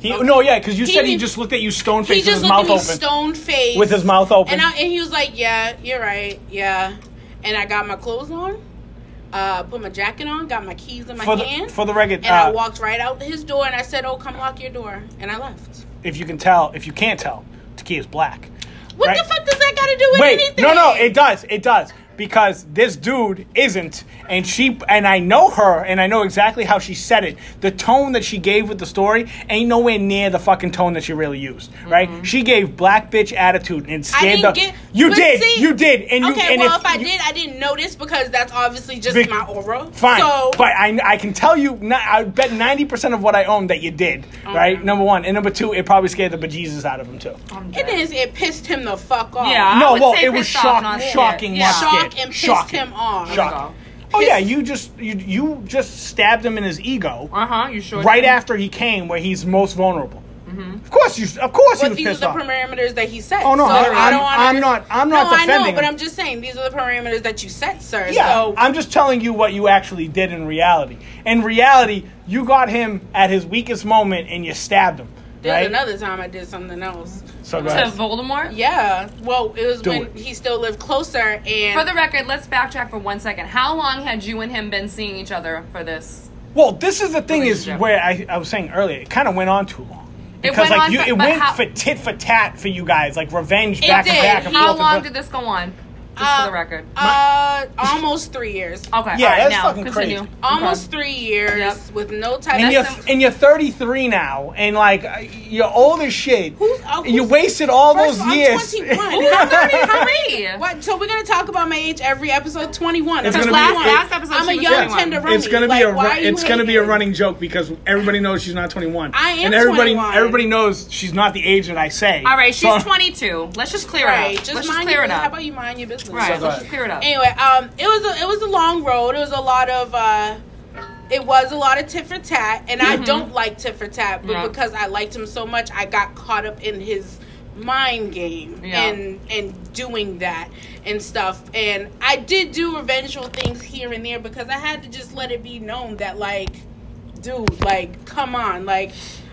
[SPEAKER 1] He, no, yeah, because you said he
[SPEAKER 2] didn't-
[SPEAKER 1] just looked at you stone
[SPEAKER 2] He
[SPEAKER 1] faced with
[SPEAKER 2] just
[SPEAKER 1] his
[SPEAKER 2] looked at
[SPEAKER 1] mouth
[SPEAKER 2] me
[SPEAKER 1] open.
[SPEAKER 2] stone faced
[SPEAKER 1] With his mouth open.
[SPEAKER 2] and I, and he was like, "Yeah, you're right. Yeah." And I got my clothes on, uh, put my jacket on, got my keys in my
[SPEAKER 1] for
[SPEAKER 2] hand,
[SPEAKER 1] the for the record,
[SPEAKER 2] and
[SPEAKER 1] uh,
[SPEAKER 2] I walked right out his door and I said, "Oh, come lock your door," and I left.
[SPEAKER 1] if you can tell, if you can't tell, Taki is black.
[SPEAKER 2] What
[SPEAKER 1] Right.
[SPEAKER 2] the fuck does that got to do with
[SPEAKER 1] Wait,
[SPEAKER 2] anything?
[SPEAKER 1] no, no, it does, it does, because this dude isn't, and she, and I know her, and I know exactly how she said it. The tone that she gave with the story ain't nowhere near the fucking tone that she really used, right? She gave black bitch attitude and
[SPEAKER 2] Mm-hmm. I
[SPEAKER 1] scared
[SPEAKER 2] didn't
[SPEAKER 1] the.
[SPEAKER 2] get.
[SPEAKER 1] you
[SPEAKER 2] but
[SPEAKER 1] did,
[SPEAKER 2] see-
[SPEAKER 1] you did, and you.
[SPEAKER 2] Okay,
[SPEAKER 1] and
[SPEAKER 2] well, if, I
[SPEAKER 1] you-
[SPEAKER 2] did, I didn't notice because that's obviously just
[SPEAKER 1] Big-
[SPEAKER 2] my aura.
[SPEAKER 1] Fine,
[SPEAKER 2] So,
[SPEAKER 1] but I, I can tell you, not, I bet ninety percent of what I own that you did, right? Number one, and number two, it probably scared the bejesus out of him too.
[SPEAKER 2] it is. It pissed him the fuck off.
[SPEAKER 3] Yeah. I
[SPEAKER 1] no,
[SPEAKER 3] would
[SPEAKER 1] well,
[SPEAKER 3] say
[SPEAKER 1] it was
[SPEAKER 3] pissed off,
[SPEAKER 1] shock,
[SPEAKER 3] not scared.
[SPEAKER 1] shocking,
[SPEAKER 3] Yeah.
[SPEAKER 1] not
[SPEAKER 2] Shock
[SPEAKER 1] scared.
[SPEAKER 2] and pissed
[SPEAKER 1] shocking.
[SPEAKER 2] him off.
[SPEAKER 1] Shocking. Oh yeah, you just you you just stabbed him in his ego
[SPEAKER 3] Uh huh. You sure?
[SPEAKER 1] right
[SPEAKER 3] did.
[SPEAKER 1] after he came, where he's most vulnerable.
[SPEAKER 3] Mm-hmm.
[SPEAKER 1] Of course, you of course he
[SPEAKER 2] But
[SPEAKER 1] was
[SPEAKER 2] these are
[SPEAKER 1] pissed
[SPEAKER 2] the
[SPEAKER 1] off.
[SPEAKER 2] parameters that he set.
[SPEAKER 1] Oh, no,
[SPEAKER 2] so
[SPEAKER 1] I-
[SPEAKER 2] I don't
[SPEAKER 1] I'm-
[SPEAKER 2] wanna
[SPEAKER 1] I'm
[SPEAKER 2] just-
[SPEAKER 1] not- I'm not
[SPEAKER 2] No, I
[SPEAKER 1] defending
[SPEAKER 2] know, but
[SPEAKER 1] him.
[SPEAKER 2] I'm just saying these are the parameters that you set, sir.
[SPEAKER 1] yeah,
[SPEAKER 2] So
[SPEAKER 1] I'm just telling you what you actually did in reality. In reality, you got him at his weakest moment and you stabbed him.
[SPEAKER 2] there's
[SPEAKER 1] right?
[SPEAKER 2] another time I did something else.
[SPEAKER 1] so go
[SPEAKER 3] to (laughs)
[SPEAKER 1] ahead.
[SPEAKER 3] Voldemort.
[SPEAKER 2] Yeah. Well, it was
[SPEAKER 1] Do
[SPEAKER 2] when
[SPEAKER 1] it.
[SPEAKER 2] he still lived closer, and
[SPEAKER 3] For the record, let's backtrack for one second. How long had you and him been seeing each other for this?
[SPEAKER 1] Well, this is the thing is
[SPEAKER 3] Relationship.
[SPEAKER 1] where I, I was saying earlier, it kind of went on too long.
[SPEAKER 3] It
[SPEAKER 1] Because
[SPEAKER 3] went
[SPEAKER 1] like
[SPEAKER 3] on
[SPEAKER 1] you,
[SPEAKER 3] for-
[SPEAKER 1] it
[SPEAKER 3] but
[SPEAKER 1] went
[SPEAKER 3] how-
[SPEAKER 1] for tit for tat for you guys, like revenge
[SPEAKER 2] It
[SPEAKER 1] back
[SPEAKER 2] did.
[SPEAKER 1] and back. And
[SPEAKER 3] How
[SPEAKER 1] forth
[SPEAKER 3] long
[SPEAKER 1] and
[SPEAKER 3] did this go on? Just
[SPEAKER 2] uh,
[SPEAKER 3] for the record.
[SPEAKER 2] uh, almost three years.
[SPEAKER 3] Okay.
[SPEAKER 1] Yeah,
[SPEAKER 3] all right,
[SPEAKER 1] that's
[SPEAKER 3] now,
[SPEAKER 1] fucking
[SPEAKER 3] continue.
[SPEAKER 1] crazy.
[SPEAKER 2] Almost
[SPEAKER 3] Okay.
[SPEAKER 2] three years
[SPEAKER 3] Yep.
[SPEAKER 2] with no type.
[SPEAKER 1] and
[SPEAKER 2] of
[SPEAKER 1] you're
[SPEAKER 3] That's
[SPEAKER 1] and you're 33 now, and like uh, you're old as shit.
[SPEAKER 2] Who's- uh,
[SPEAKER 1] you
[SPEAKER 2] who's-
[SPEAKER 1] wasted all
[SPEAKER 2] First
[SPEAKER 1] those
[SPEAKER 2] of all, I'm
[SPEAKER 1] years. (laughs)
[SPEAKER 2] 21.
[SPEAKER 3] (laughs) Hurry!
[SPEAKER 2] What? So we're gonna talk about my age every episode. Twenty one.
[SPEAKER 1] It's gonna
[SPEAKER 3] last-
[SPEAKER 1] be-
[SPEAKER 3] last episode
[SPEAKER 2] I'm a
[SPEAKER 3] she was
[SPEAKER 1] (laughs)
[SPEAKER 2] young
[SPEAKER 3] 21.
[SPEAKER 2] tender
[SPEAKER 1] It's gonna be a
[SPEAKER 2] Like, why
[SPEAKER 1] ru-
[SPEAKER 2] are you
[SPEAKER 1] it's gonna be a
[SPEAKER 2] hating?
[SPEAKER 1] running joke because everybody knows she's not 21.
[SPEAKER 2] I am
[SPEAKER 1] and everybody
[SPEAKER 2] 21.
[SPEAKER 1] everybody knows she's not the age that I say.
[SPEAKER 3] All right, she's
[SPEAKER 1] So-
[SPEAKER 3] 22. Let's just clear
[SPEAKER 2] Right.
[SPEAKER 3] it up.
[SPEAKER 2] Just
[SPEAKER 3] let's just
[SPEAKER 2] mind
[SPEAKER 3] clear
[SPEAKER 2] your
[SPEAKER 3] it
[SPEAKER 2] business. How
[SPEAKER 3] up.
[SPEAKER 2] about you mind your business?
[SPEAKER 3] Right,
[SPEAKER 1] So
[SPEAKER 3] let's
[SPEAKER 1] good.
[SPEAKER 3] just clear it up.
[SPEAKER 2] Anyway, um, it was a, it was a long road. It was a lot of uh, it was a lot of tit for tat, and I don't like tit for tat, but
[SPEAKER 3] Mm-hmm. Yeah.
[SPEAKER 2] because I liked him so much, I got caught up in his mind game
[SPEAKER 3] Yeah.
[SPEAKER 2] and and doing that and stuff. And I did do revengeful things here and there because I had to just let it be known that like, dude, like, come on, like,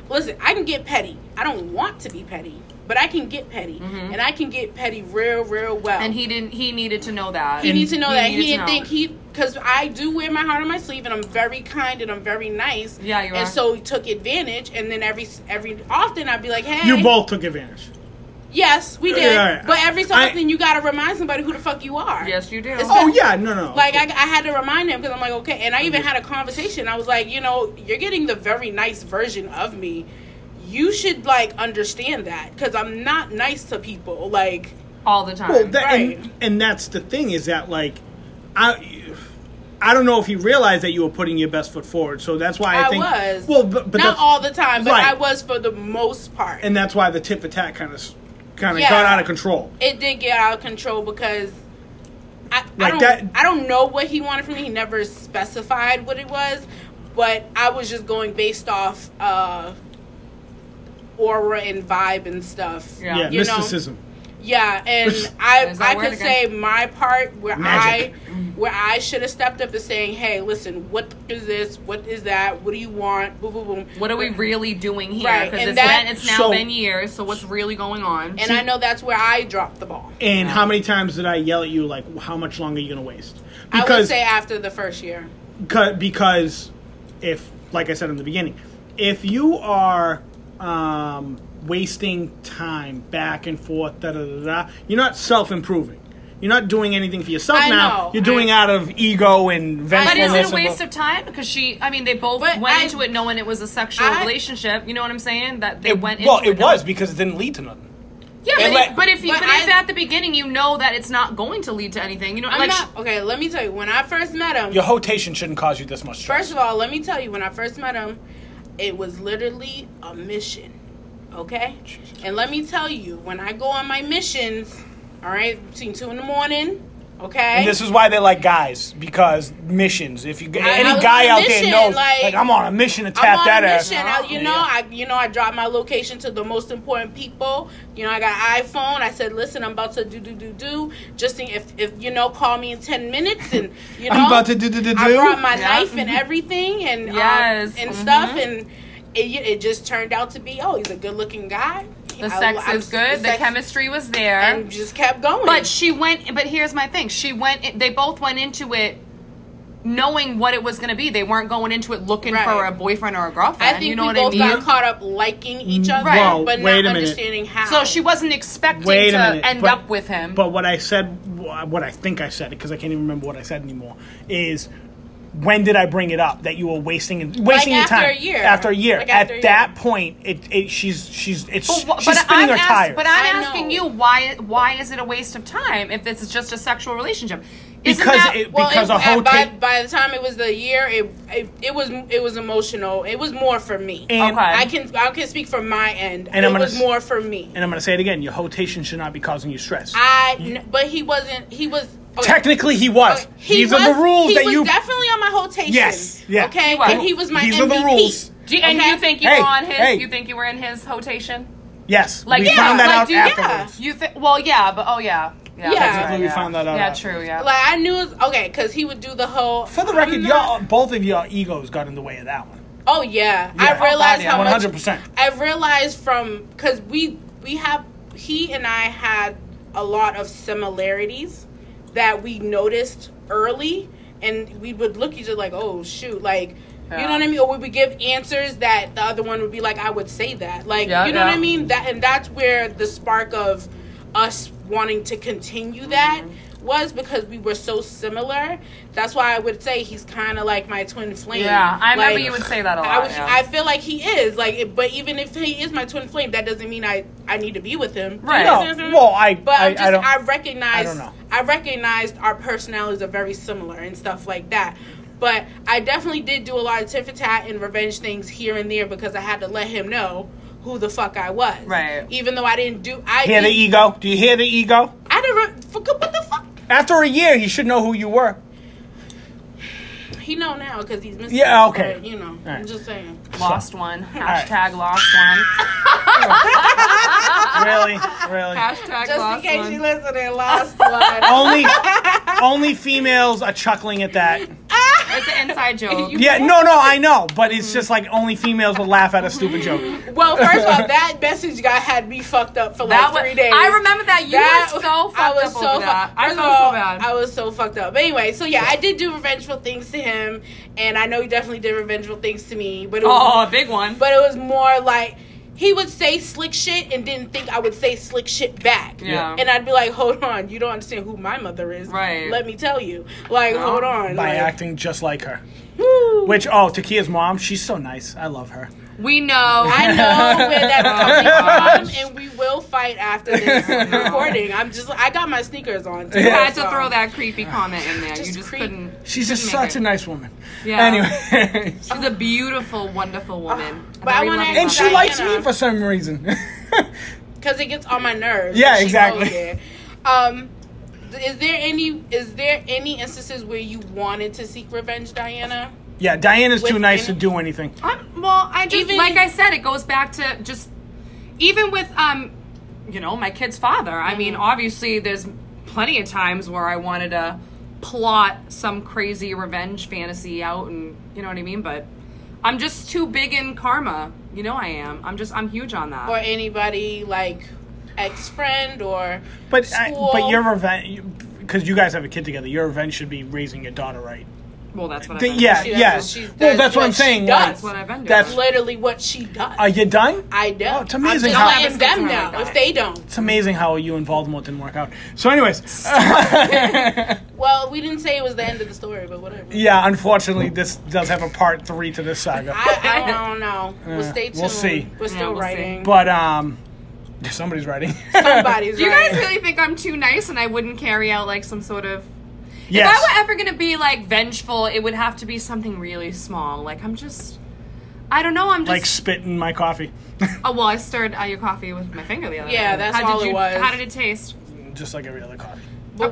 [SPEAKER 2] listen, I can get petty. I don't want to be petty. But I can get petty, and I can get petty real, real well
[SPEAKER 3] Mm-hmm. and he didn't. He needed to know that.
[SPEAKER 2] he needs to know
[SPEAKER 3] he
[SPEAKER 2] that he
[SPEAKER 3] needed to
[SPEAKER 2] didn't
[SPEAKER 3] know.
[SPEAKER 2] think he because I do wear my heart on my sleeve and I'm very kind and I'm very nice.
[SPEAKER 3] Yeah, you
[SPEAKER 2] And
[SPEAKER 3] are.
[SPEAKER 2] so he took advantage, and then every every often I'd be like, "Hey,
[SPEAKER 1] you both took advantage.
[SPEAKER 2] Yes, we
[SPEAKER 1] Yeah,
[SPEAKER 2] did.
[SPEAKER 1] yeah.
[SPEAKER 2] But every so
[SPEAKER 1] I-
[SPEAKER 2] often you gotta remind somebody who the fuck you are.
[SPEAKER 3] Yes, you do.
[SPEAKER 2] It's
[SPEAKER 1] Oh
[SPEAKER 2] not-
[SPEAKER 1] yeah, no no.
[SPEAKER 2] Like I, I had to remind him because I'm like, okay. And I even had a conversation. I was like, you know, you're getting the very nice version of me. You should like understand that because I'm not nice to people. Like,
[SPEAKER 3] all the time.
[SPEAKER 1] Well, that,
[SPEAKER 2] Right.
[SPEAKER 1] and, and that's the thing is that like, I, I don't know if he realized that you were putting your best foot forward. So that's why I,
[SPEAKER 2] I
[SPEAKER 1] think.
[SPEAKER 2] was.
[SPEAKER 1] Well, but, but that's-
[SPEAKER 2] not all the time, but
[SPEAKER 1] Right.
[SPEAKER 2] I was for the most part.
[SPEAKER 1] and that's why the tip attack kind of, kind of
[SPEAKER 2] Yeah.
[SPEAKER 1] got out of control.
[SPEAKER 2] it did get out of control because I, I
[SPEAKER 1] Like
[SPEAKER 2] don't
[SPEAKER 1] that-
[SPEAKER 2] I don't know what he wanted from me. He never specified what it was, but I was just going based off uh, aura and vibe and stuff.
[SPEAKER 3] Yeah.
[SPEAKER 1] Yeah,
[SPEAKER 2] you know.
[SPEAKER 1] mysticism.
[SPEAKER 2] Yeah,
[SPEAKER 1] (laughs)
[SPEAKER 2] and I
[SPEAKER 3] There's that
[SPEAKER 2] I
[SPEAKER 3] word
[SPEAKER 2] could
[SPEAKER 3] again.
[SPEAKER 2] say my part where
[SPEAKER 1] Magic.
[SPEAKER 2] I where I should have stepped up and saying, "Hey, listen, what is this? What is that? What do you want? Boom, boom, boom.
[SPEAKER 3] what are we really doing here?
[SPEAKER 2] Right,
[SPEAKER 3] Because
[SPEAKER 2] and
[SPEAKER 3] it's,
[SPEAKER 2] that-
[SPEAKER 3] been- it's now
[SPEAKER 1] So-
[SPEAKER 3] been years. So what's really going on?
[SPEAKER 2] And I know that's where I dropped the ball.
[SPEAKER 1] And how many times did I yell at you like, how much longer are you gonna waste?
[SPEAKER 2] I would say after the first year.
[SPEAKER 1] Cu- because if like i said in the beginning if you are um, wasting time back and forth da, da, da, da, you're not self-improving you're not doing anything for yourself
[SPEAKER 2] I
[SPEAKER 1] now
[SPEAKER 2] know.
[SPEAKER 1] you're doing
[SPEAKER 2] I-
[SPEAKER 1] out of ego and
[SPEAKER 3] But
[SPEAKER 1] vengefulness
[SPEAKER 3] is it
[SPEAKER 1] and
[SPEAKER 3] a waste
[SPEAKER 1] bu-
[SPEAKER 3] of time? Because she, I mean, they both
[SPEAKER 2] But
[SPEAKER 3] went
[SPEAKER 2] I-
[SPEAKER 3] into it knowing it was a sexual
[SPEAKER 2] I-
[SPEAKER 3] relationship. You know what I'm saying? That they
[SPEAKER 1] it,
[SPEAKER 3] went into
[SPEAKER 1] well it was
[SPEAKER 3] knowing-
[SPEAKER 1] because it didn't lead to nothing
[SPEAKER 3] Yeah,
[SPEAKER 1] it
[SPEAKER 3] but,
[SPEAKER 1] let-
[SPEAKER 3] if, but if you,
[SPEAKER 2] But
[SPEAKER 3] but if
[SPEAKER 2] I-
[SPEAKER 3] at the beginning you know that it's not going to lead to anything, you know,
[SPEAKER 2] I'm
[SPEAKER 3] like
[SPEAKER 2] not okay. Let me tell you. When I first met him,
[SPEAKER 1] your hotation shouldn't cause you this much stress
[SPEAKER 2] First of all, let me tell you, when I first met him, it was literally a mission. Okay? And let me tell you, when I go on my missions, all right, between two in the morning, okay?
[SPEAKER 1] and this is why they like guys because missions. If you
[SPEAKER 2] I
[SPEAKER 1] any
[SPEAKER 2] was
[SPEAKER 1] guy
[SPEAKER 2] on a
[SPEAKER 1] out there
[SPEAKER 2] mission,
[SPEAKER 1] knows,
[SPEAKER 2] like-
[SPEAKER 1] like, I'm on a mission to
[SPEAKER 2] I'm
[SPEAKER 1] tap
[SPEAKER 2] on
[SPEAKER 1] that
[SPEAKER 2] a
[SPEAKER 1] ass.
[SPEAKER 2] mission. I, you know, I you know I drop my location to the most important people. You know, I got an iPhone. I said, listen, I'm about to do do do do. Just think if if you know, call me in ten minutes, and you know,
[SPEAKER 1] I'm about to do do do
[SPEAKER 2] I
[SPEAKER 1] do.
[SPEAKER 2] brought my
[SPEAKER 3] Yeah.
[SPEAKER 2] knife and everything and um,
[SPEAKER 3] Mm-hmm. Yes.
[SPEAKER 2] and
[SPEAKER 3] Mhm.
[SPEAKER 2] stuff and it, it just turned out to be oh he's a good looking guy.
[SPEAKER 3] The
[SPEAKER 2] I-
[SPEAKER 3] sex
[SPEAKER 2] I'm-
[SPEAKER 3] is good. The,
[SPEAKER 2] sex-
[SPEAKER 3] chemistry was there.
[SPEAKER 2] and just kept going.
[SPEAKER 3] But she went. But here's my thing. She went. They both went into it knowing what it was going to be. They weren't going into it looking
[SPEAKER 2] Right.
[SPEAKER 3] for a boyfriend or a girlfriend.
[SPEAKER 2] I think
[SPEAKER 3] you know
[SPEAKER 2] we
[SPEAKER 3] what
[SPEAKER 2] both
[SPEAKER 3] I
[SPEAKER 2] got
[SPEAKER 3] mean?
[SPEAKER 2] caught up liking each other,
[SPEAKER 3] Right. Whoa,
[SPEAKER 2] but
[SPEAKER 1] Mm-hmm. wait a
[SPEAKER 2] not
[SPEAKER 1] minute.
[SPEAKER 2] understanding how.
[SPEAKER 3] So she wasn't expecting
[SPEAKER 1] Wait
[SPEAKER 3] to
[SPEAKER 1] a minute.
[SPEAKER 3] end
[SPEAKER 1] but-
[SPEAKER 3] up with him.
[SPEAKER 1] But what I said, wh- what I think I said, because I can't even remember what I said anymore, is when did I bring it up that you were wasting wasting your
[SPEAKER 2] after
[SPEAKER 1] time
[SPEAKER 2] a year.
[SPEAKER 1] After a year.
[SPEAKER 2] Like
[SPEAKER 1] At
[SPEAKER 2] after a year.
[SPEAKER 1] that point, it, it she's she's it's
[SPEAKER 3] Oh, But wh-
[SPEAKER 1] she's
[SPEAKER 3] but
[SPEAKER 1] spinning
[SPEAKER 3] I'm,
[SPEAKER 1] her
[SPEAKER 3] ask-
[SPEAKER 1] tires.
[SPEAKER 3] but I'm
[SPEAKER 2] I know.
[SPEAKER 3] asking you why why is it a waste of time if this is just a sexual relationship? Isn't
[SPEAKER 1] Because
[SPEAKER 3] that,
[SPEAKER 1] it-
[SPEAKER 2] well,
[SPEAKER 1] because
[SPEAKER 2] it-
[SPEAKER 1] a whole
[SPEAKER 2] by,
[SPEAKER 1] tape-
[SPEAKER 2] by the time it was the year, it, it it was it was emotional. It was more for me.
[SPEAKER 1] and,
[SPEAKER 3] Okay.
[SPEAKER 2] I can I can speak from my end.
[SPEAKER 1] And
[SPEAKER 2] it
[SPEAKER 1] I'm gonna
[SPEAKER 2] was
[SPEAKER 1] s-
[SPEAKER 2] more for me.
[SPEAKER 1] and I'm gonna say it again. Your rotation should not be causing you stress.
[SPEAKER 2] I kn- but he wasn't. He was okay.
[SPEAKER 1] Technically, he was.
[SPEAKER 2] Okay, Oh, he
[SPEAKER 1] These
[SPEAKER 2] was-
[SPEAKER 1] are the rules
[SPEAKER 2] he
[SPEAKER 1] that
[SPEAKER 2] was
[SPEAKER 1] you.
[SPEAKER 2] definitely on my rotation.
[SPEAKER 1] Yes, yeah.
[SPEAKER 2] Okay.
[SPEAKER 3] He was.
[SPEAKER 2] And he was my
[SPEAKER 1] These
[SPEAKER 2] MVP.
[SPEAKER 1] are the rules.
[SPEAKER 3] Do you, and
[SPEAKER 2] Okay.
[SPEAKER 3] you think you
[SPEAKER 1] Hey,
[SPEAKER 3] were on his?
[SPEAKER 1] hey.
[SPEAKER 3] You think you were in his rotation?
[SPEAKER 1] yes,
[SPEAKER 3] Like
[SPEAKER 1] we
[SPEAKER 3] yeah,
[SPEAKER 1] found that
[SPEAKER 3] like,
[SPEAKER 1] out
[SPEAKER 3] do, yeah.
[SPEAKER 1] afterwards.
[SPEAKER 3] You think? Well, yeah, but oh yeah,
[SPEAKER 2] Yeah.
[SPEAKER 3] yeah. that's right,
[SPEAKER 1] Technically, we
[SPEAKER 3] yeah.
[SPEAKER 1] found that out
[SPEAKER 3] Yeah,
[SPEAKER 1] after.
[SPEAKER 3] true. Yeah.
[SPEAKER 2] Like I knew. It was, okay, because he would do the whole.
[SPEAKER 1] For the
[SPEAKER 2] I'm
[SPEAKER 1] record,
[SPEAKER 2] not-
[SPEAKER 1] y'all both of y'all egos got in the way of that one.
[SPEAKER 2] Oh yeah,
[SPEAKER 1] Yeah.
[SPEAKER 2] I realized
[SPEAKER 3] Oh, God, yeah.
[SPEAKER 2] how
[SPEAKER 1] One
[SPEAKER 2] much.
[SPEAKER 1] hundred percent.
[SPEAKER 2] I realized from because we we have he and I had a lot of similarities that we noticed early, and we would look each other like, oh shoot, like. You
[SPEAKER 3] Yeah.
[SPEAKER 2] know what I mean? Or we would give answers that the other one would be like, I would say that. Like,
[SPEAKER 3] Yeah,
[SPEAKER 2] you know what
[SPEAKER 3] yeah.
[SPEAKER 2] I mean? That and that's where the spark of us wanting to continue that
[SPEAKER 3] Mm-hmm.
[SPEAKER 2] was because we were so similar. That's why I would say he's kind of like my twin flame.
[SPEAKER 3] Yeah, I remember
[SPEAKER 2] Like,
[SPEAKER 3] you would say that a lot.
[SPEAKER 2] I was,
[SPEAKER 3] yeah.
[SPEAKER 2] I feel like he is like, it- but even if he is my twin flame, that doesn't mean I I need to be with him. Do you
[SPEAKER 3] Right.
[SPEAKER 2] know
[SPEAKER 1] No,
[SPEAKER 2] what I'm saying?
[SPEAKER 1] well, I-
[SPEAKER 2] but
[SPEAKER 1] I-
[SPEAKER 2] I'm just,
[SPEAKER 1] I don't-
[SPEAKER 2] recognize
[SPEAKER 1] I don't know.
[SPEAKER 2] I recognized our personalities are very similar and stuff like that. But I definitely did do a lot of tit for tat and revenge things here and there because I had to let him know who the fuck I was.
[SPEAKER 3] Right.
[SPEAKER 2] Even though I didn't do I
[SPEAKER 1] Hear the ego? Do you hear the ego?
[SPEAKER 2] I didn't re- fuck- what the fuck.
[SPEAKER 1] After a year, he should know who you
[SPEAKER 2] (laughs)
[SPEAKER 1] were.
[SPEAKER 2] He know now because he's missing.
[SPEAKER 1] Yeah,
[SPEAKER 2] me,
[SPEAKER 1] okay.
[SPEAKER 2] but, you know,
[SPEAKER 1] All right.
[SPEAKER 2] I'm just saying.
[SPEAKER 3] lost one.
[SPEAKER 1] right.
[SPEAKER 3] Hashtag lost
[SPEAKER 2] (laughs)
[SPEAKER 3] one.
[SPEAKER 1] really, really.
[SPEAKER 3] Hashtag
[SPEAKER 2] Just in
[SPEAKER 3] lost
[SPEAKER 2] case
[SPEAKER 3] one.
[SPEAKER 2] you listen, to lost one.
[SPEAKER 1] Only, only females are chuckling at that. (laughs)
[SPEAKER 2] (laughs)
[SPEAKER 3] it's an inside joke.
[SPEAKER 2] You-
[SPEAKER 1] Yeah, no, no, I know, but it's just like only females will laugh at a stupid joke.
[SPEAKER 2] Well, first of all, that message guy had me fucked up for like
[SPEAKER 3] that was,
[SPEAKER 2] three days.
[SPEAKER 3] I remember that you
[SPEAKER 2] That- (laughs)
[SPEAKER 3] were so fucked up over
[SPEAKER 2] fu-
[SPEAKER 3] that. I
[SPEAKER 2] first
[SPEAKER 3] felt
[SPEAKER 2] of all,
[SPEAKER 3] so bad.
[SPEAKER 2] I was so fucked up. But anyway, so yeah, I did do revengeful things to him, and I know he definitely did revengeful things to me. But it was,
[SPEAKER 3] oh, a big one.
[SPEAKER 2] but it was more like he would say slick shit and didn't think I would say slick shit back.
[SPEAKER 3] yeah.
[SPEAKER 2] And I'd be like, hold on, you don't understand who my mother is.
[SPEAKER 3] Right.
[SPEAKER 2] Let me tell you. Like,
[SPEAKER 3] No.
[SPEAKER 2] hold on.
[SPEAKER 1] By
[SPEAKER 2] like,
[SPEAKER 1] acting just like her.
[SPEAKER 2] woo.
[SPEAKER 1] Which, oh, Takia's mom, she's so nice. I love her.
[SPEAKER 3] we know.
[SPEAKER 1] (laughs)
[SPEAKER 2] I know where
[SPEAKER 3] Oh,
[SPEAKER 2] that's coming from, and we will fight
[SPEAKER 1] (laughs)
[SPEAKER 2] after this recording. I'm just, I got my sneakers on. Too,
[SPEAKER 3] You had to
[SPEAKER 2] so.
[SPEAKER 3] throw that creepy comment in there. you
[SPEAKER 2] Just
[SPEAKER 3] just
[SPEAKER 2] creep.
[SPEAKER 3] couldn't.
[SPEAKER 1] She's just
[SPEAKER 3] Couldn't make
[SPEAKER 1] such
[SPEAKER 3] it.
[SPEAKER 1] a nice woman.
[SPEAKER 3] Yeah.
[SPEAKER 1] Anyway,
[SPEAKER 3] She's a beautiful, wonderful
[SPEAKER 1] Uh,
[SPEAKER 3] woman.
[SPEAKER 2] But I
[SPEAKER 3] Very
[SPEAKER 2] wanna-
[SPEAKER 3] loving
[SPEAKER 1] and she
[SPEAKER 3] woman.
[SPEAKER 1] likes me
[SPEAKER 2] Diana.
[SPEAKER 1] for some reason. (laughs)
[SPEAKER 2] because it gets on my nerves.
[SPEAKER 1] Yeah,
[SPEAKER 2] She goes
[SPEAKER 1] exactly.
[SPEAKER 2] there. Um, is there any is there any instances where you wanted to seek revenge, Diana?
[SPEAKER 1] yeah, Diana's too
[SPEAKER 2] With
[SPEAKER 1] nice to
[SPEAKER 2] any-
[SPEAKER 1] do anything.
[SPEAKER 3] I'm, well, I just
[SPEAKER 2] Even-
[SPEAKER 3] like I said, it goes back to just even with um, you know, my kid's father. I
[SPEAKER 1] Mm-hmm.
[SPEAKER 3] mean, obviously, there's plenty of times where I wanted to plot some crazy revenge fantasy out, and you know what I mean. But I'm just too big in karma. You know, I am. I'm just I'm huge on that.
[SPEAKER 2] Or anybody like ex friend or
[SPEAKER 1] But I, but
[SPEAKER 2] school?
[SPEAKER 1] your revenge, because you guys have a kid together, your revenge should be raising your daughter right.
[SPEAKER 3] well, that's what
[SPEAKER 1] Th-
[SPEAKER 3] I've been
[SPEAKER 1] yeah,
[SPEAKER 2] Uh-huh. She
[SPEAKER 1] yeah.
[SPEAKER 2] does what she
[SPEAKER 1] well,
[SPEAKER 2] does,
[SPEAKER 1] that's what
[SPEAKER 2] what
[SPEAKER 1] I'm
[SPEAKER 2] she
[SPEAKER 1] saying.
[SPEAKER 2] does.
[SPEAKER 1] like,
[SPEAKER 3] That's what I've been doing.
[SPEAKER 1] That's-
[SPEAKER 2] literally what she does.
[SPEAKER 1] are you done?
[SPEAKER 2] I do.
[SPEAKER 1] Oh, it's amazing
[SPEAKER 2] I'm
[SPEAKER 1] how-
[SPEAKER 2] just letting them
[SPEAKER 3] Like
[SPEAKER 2] know
[SPEAKER 3] that.
[SPEAKER 2] if they don't.
[SPEAKER 1] It's amazing how you and Voldemort didn't work out. So, anyways, (laughs)
[SPEAKER 2] Well, we didn't say it was the end of the story, but whatever.
[SPEAKER 1] yeah. Unfortunately, this does have a part three to this saga.
[SPEAKER 2] I, I don't know. We'll
[SPEAKER 1] Yeah,
[SPEAKER 2] stay tuned.
[SPEAKER 1] we'll see.
[SPEAKER 2] We're still
[SPEAKER 3] we'll see.
[SPEAKER 2] writing.
[SPEAKER 1] But um, somebody's writing. (laughs)
[SPEAKER 2] Somebody's
[SPEAKER 3] You guys
[SPEAKER 2] writing.
[SPEAKER 3] really think I'm too nice and I wouldn't carry out like some sort of
[SPEAKER 1] yes.
[SPEAKER 3] If I were ever gonna be like vengeful, it would have to be something really small. Like I'm just, I don't know. I'm just.
[SPEAKER 1] like spit in my coffee. (laughs)
[SPEAKER 3] oh well, I stirred uh, your coffee with my finger the other day.
[SPEAKER 2] Yeah, that's
[SPEAKER 3] how
[SPEAKER 2] all
[SPEAKER 3] did
[SPEAKER 2] it
[SPEAKER 3] you,
[SPEAKER 2] was.
[SPEAKER 3] How did it taste?
[SPEAKER 1] Just like every other coffee.
[SPEAKER 2] But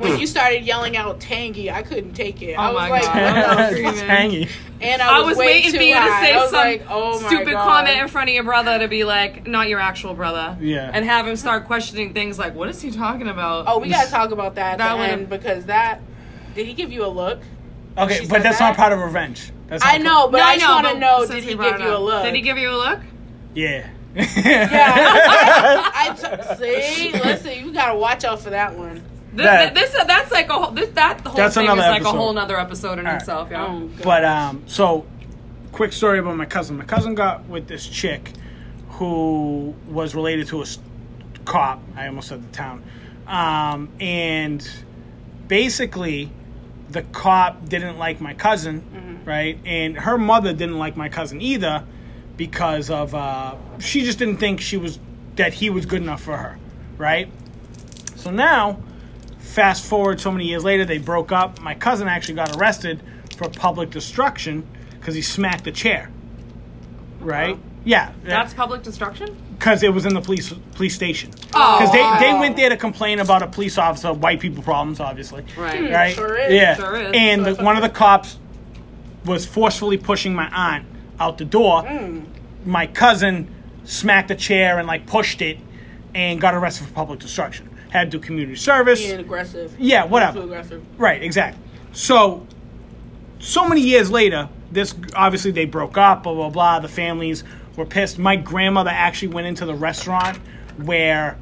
[SPEAKER 1] (laughs)
[SPEAKER 2] when you started yelling out "tangy," I couldn't take it. I
[SPEAKER 3] Oh
[SPEAKER 2] was
[SPEAKER 3] my
[SPEAKER 2] like,
[SPEAKER 3] God.
[SPEAKER 2] "What the
[SPEAKER 3] (laughs)
[SPEAKER 1] (laughs)
[SPEAKER 3] It's
[SPEAKER 1] it's
[SPEAKER 3] screaming.
[SPEAKER 1] tangy.
[SPEAKER 2] And I was, way
[SPEAKER 3] waiting
[SPEAKER 2] too
[SPEAKER 3] for you to
[SPEAKER 2] high.
[SPEAKER 3] say
[SPEAKER 2] I was
[SPEAKER 3] some
[SPEAKER 2] like, oh my
[SPEAKER 3] stupid
[SPEAKER 2] God.
[SPEAKER 3] comment in front of your brother to be like, not your actual brother.
[SPEAKER 1] Yeah.
[SPEAKER 3] And have him start questioning things like, what is he talking about?
[SPEAKER 2] Oh, we
[SPEAKER 3] (laughs)
[SPEAKER 2] gotta talk about that at
[SPEAKER 3] That
[SPEAKER 2] the
[SPEAKER 3] would've-
[SPEAKER 2] end because that did he give you a look?
[SPEAKER 3] (laughs)
[SPEAKER 1] Okay,
[SPEAKER 2] She
[SPEAKER 1] but
[SPEAKER 2] said
[SPEAKER 1] that's
[SPEAKER 2] that?
[SPEAKER 1] not part of revenge. That's That's
[SPEAKER 2] I
[SPEAKER 1] not
[SPEAKER 2] know, but
[SPEAKER 3] No,
[SPEAKER 2] I
[SPEAKER 3] I
[SPEAKER 2] just
[SPEAKER 3] know,
[SPEAKER 2] want to
[SPEAKER 3] but
[SPEAKER 2] know:
[SPEAKER 3] since
[SPEAKER 2] Did
[SPEAKER 3] we
[SPEAKER 2] he
[SPEAKER 3] brought
[SPEAKER 2] give
[SPEAKER 3] it
[SPEAKER 2] you a
[SPEAKER 3] up.
[SPEAKER 2] look?
[SPEAKER 3] Did he give you a look?
[SPEAKER 1] Yeah. (laughs)
[SPEAKER 2] Yeah. I t-
[SPEAKER 3] (laughs)
[SPEAKER 2] see. Listen, you gotta watch out for that one.
[SPEAKER 3] This,
[SPEAKER 1] That-
[SPEAKER 3] this, uh, that's like a whole, this, that whole
[SPEAKER 1] That's
[SPEAKER 3] thing is
[SPEAKER 1] another
[SPEAKER 3] like
[SPEAKER 1] episode.
[SPEAKER 3] a whole nother episode in
[SPEAKER 1] All right.
[SPEAKER 3] itself. Yeah.
[SPEAKER 2] Oh, God.
[SPEAKER 1] But um, so quick story about my cousin. My cousin got with this chick who was related to a s- cop. I almost said the town. Um, and basically, the cop didn't like my cousin,
[SPEAKER 3] Mm-hmm.
[SPEAKER 1] right? And her mother didn't like my cousin either because of uh, she just didn't think she was that he was good enough for her, right? So now fast forward so many years later, they broke up. My cousin actually got arrested for public destruction because he smacked a chair. Right? Yeah.
[SPEAKER 3] That's public destruction?
[SPEAKER 1] because it was in the police police station.
[SPEAKER 3] Oh,
[SPEAKER 1] Because they, they
[SPEAKER 2] wow.
[SPEAKER 1] went there to complain about a police officer, white people problems, obviously.
[SPEAKER 3] Right.
[SPEAKER 1] Right?
[SPEAKER 2] Sure is.
[SPEAKER 1] Yeah.
[SPEAKER 3] Sure is.
[SPEAKER 1] And the, one of the cops was forcefully pushing my aunt out the door. My cousin smacked a chair and like pushed it and got arrested for public destruction. Had to do community service.
[SPEAKER 2] Being aggressive.
[SPEAKER 1] Yeah, whatever.
[SPEAKER 2] Too aggressive.
[SPEAKER 1] Right, exactly. So, so many years later, this obviously they broke up, blah, blah, blah. The families were pissed. My grandmother actually went into the restaurant where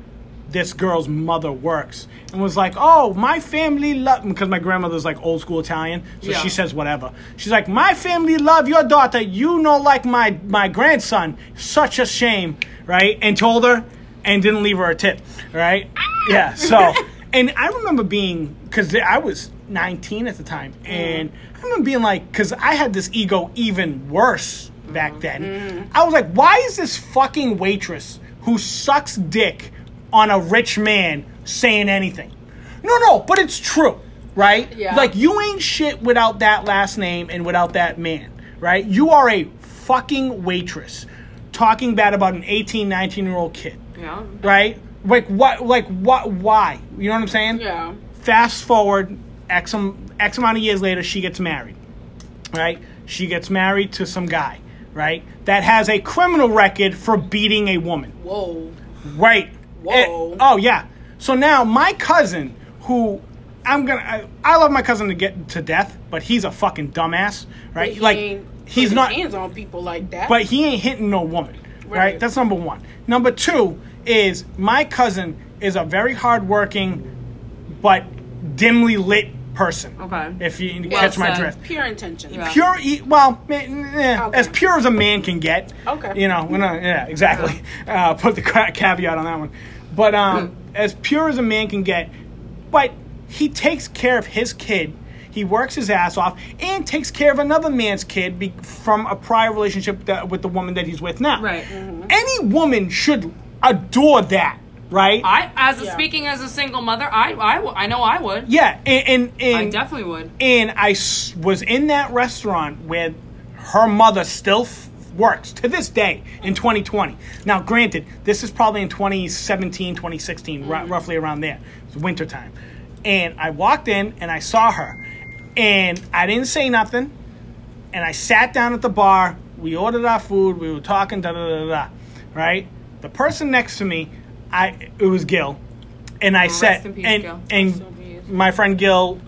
[SPEAKER 1] this girl's mother works and was like, Oh, my family love, because my grandmother's like old school Italian, so
[SPEAKER 3] Yeah.
[SPEAKER 1] she says whatever. She's like, My family love your daughter. You know, like my, my grandson. Such a shame, right? And told her and didn't leave her a tip, right? Yeah, so. And I remember being, because I was 19 at the time, and I remember being like, because I had this ego even worse back then. I was like, why is this fucking waitress who sucks dick on a rich man saying anything? No, no, but it's true, right?
[SPEAKER 2] Yeah.
[SPEAKER 1] Like, you ain't shit without that last name and without that man, right? You are a fucking waitress talking bad about an 18, 19 year old kid
[SPEAKER 3] Yeah.
[SPEAKER 1] right? Like what? Like what? Why? You know what I'm saying?
[SPEAKER 2] Yeah.
[SPEAKER 1] Fast forward x am- x amount of years later, she gets married, right? She gets married to some guy, right? That has a criminal record for beating a woman.
[SPEAKER 2] Whoa.
[SPEAKER 1] Right.
[SPEAKER 2] Whoa.
[SPEAKER 1] Eh, oh yeah. So now my cousin, who I'm gonna, I, I love my cousin to get to death, but he's a fucking dumbass, right?
[SPEAKER 2] He
[SPEAKER 1] like
[SPEAKER 2] ain't put
[SPEAKER 1] he's
[SPEAKER 2] his
[SPEAKER 1] not.
[SPEAKER 2] hands on people like that.
[SPEAKER 1] But he ain't hitting no woman, right?
[SPEAKER 2] Right.
[SPEAKER 1] That's number one. Number two is my cousin is a very hardworking, but dimly lit person.
[SPEAKER 3] Okay.
[SPEAKER 1] If you
[SPEAKER 3] Well
[SPEAKER 1] catch my
[SPEAKER 3] said.
[SPEAKER 1] drift.
[SPEAKER 2] pure intention.
[SPEAKER 3] Yeah.
[SPEAKER 1] Pure, e- well, ma- eh,
[SPEAKER 2] Okay.
[SPEAKER 1] as pure as a man can get.
[SPEAKER 2] Okay.
[SPEAKER 1] You know, we're not, yeah, exactly. Uh, put the ca- caveat on that one. But um, as pure as a man can get, but he takes care of his kid. He works his ass off and takes care of another man's kid be- from a prior relationship that, with the woman that he's with now.
[SPEAKER 3] Right.
[SPEAKER 1] Any woman should adore that, right?
[SPEAKER 3] I, as a,
[SPEAKER 2] Yeah.
[SPEAKER 3] speaking as a single mother, I, I, w- I know I would.
[SPEAKER 1] yeah, and and, and
[SPEAKER 3] I definitely would.
[SPEAKER 1] and I s- was in that restaurant where her mother still f- works to this day in 2020. Now, granted, this is probably in 2017, 2016, ru- roughly around there. It's wintertime. And I walked in and I saw her. And I didn't say nothing. And I sat down at the bar. We ordered our food. We were talking, da da da da da. Right? The person next to me, I it was Gil. And I said,
[SPEAKER 3] in peace,
[SPEAKER 1] and,
[SPEAKER 3] Gil.
[SPEAKER 1] and
[SPEAKER 3] Rest in peace.
[SPEAKER 1] my friend Gil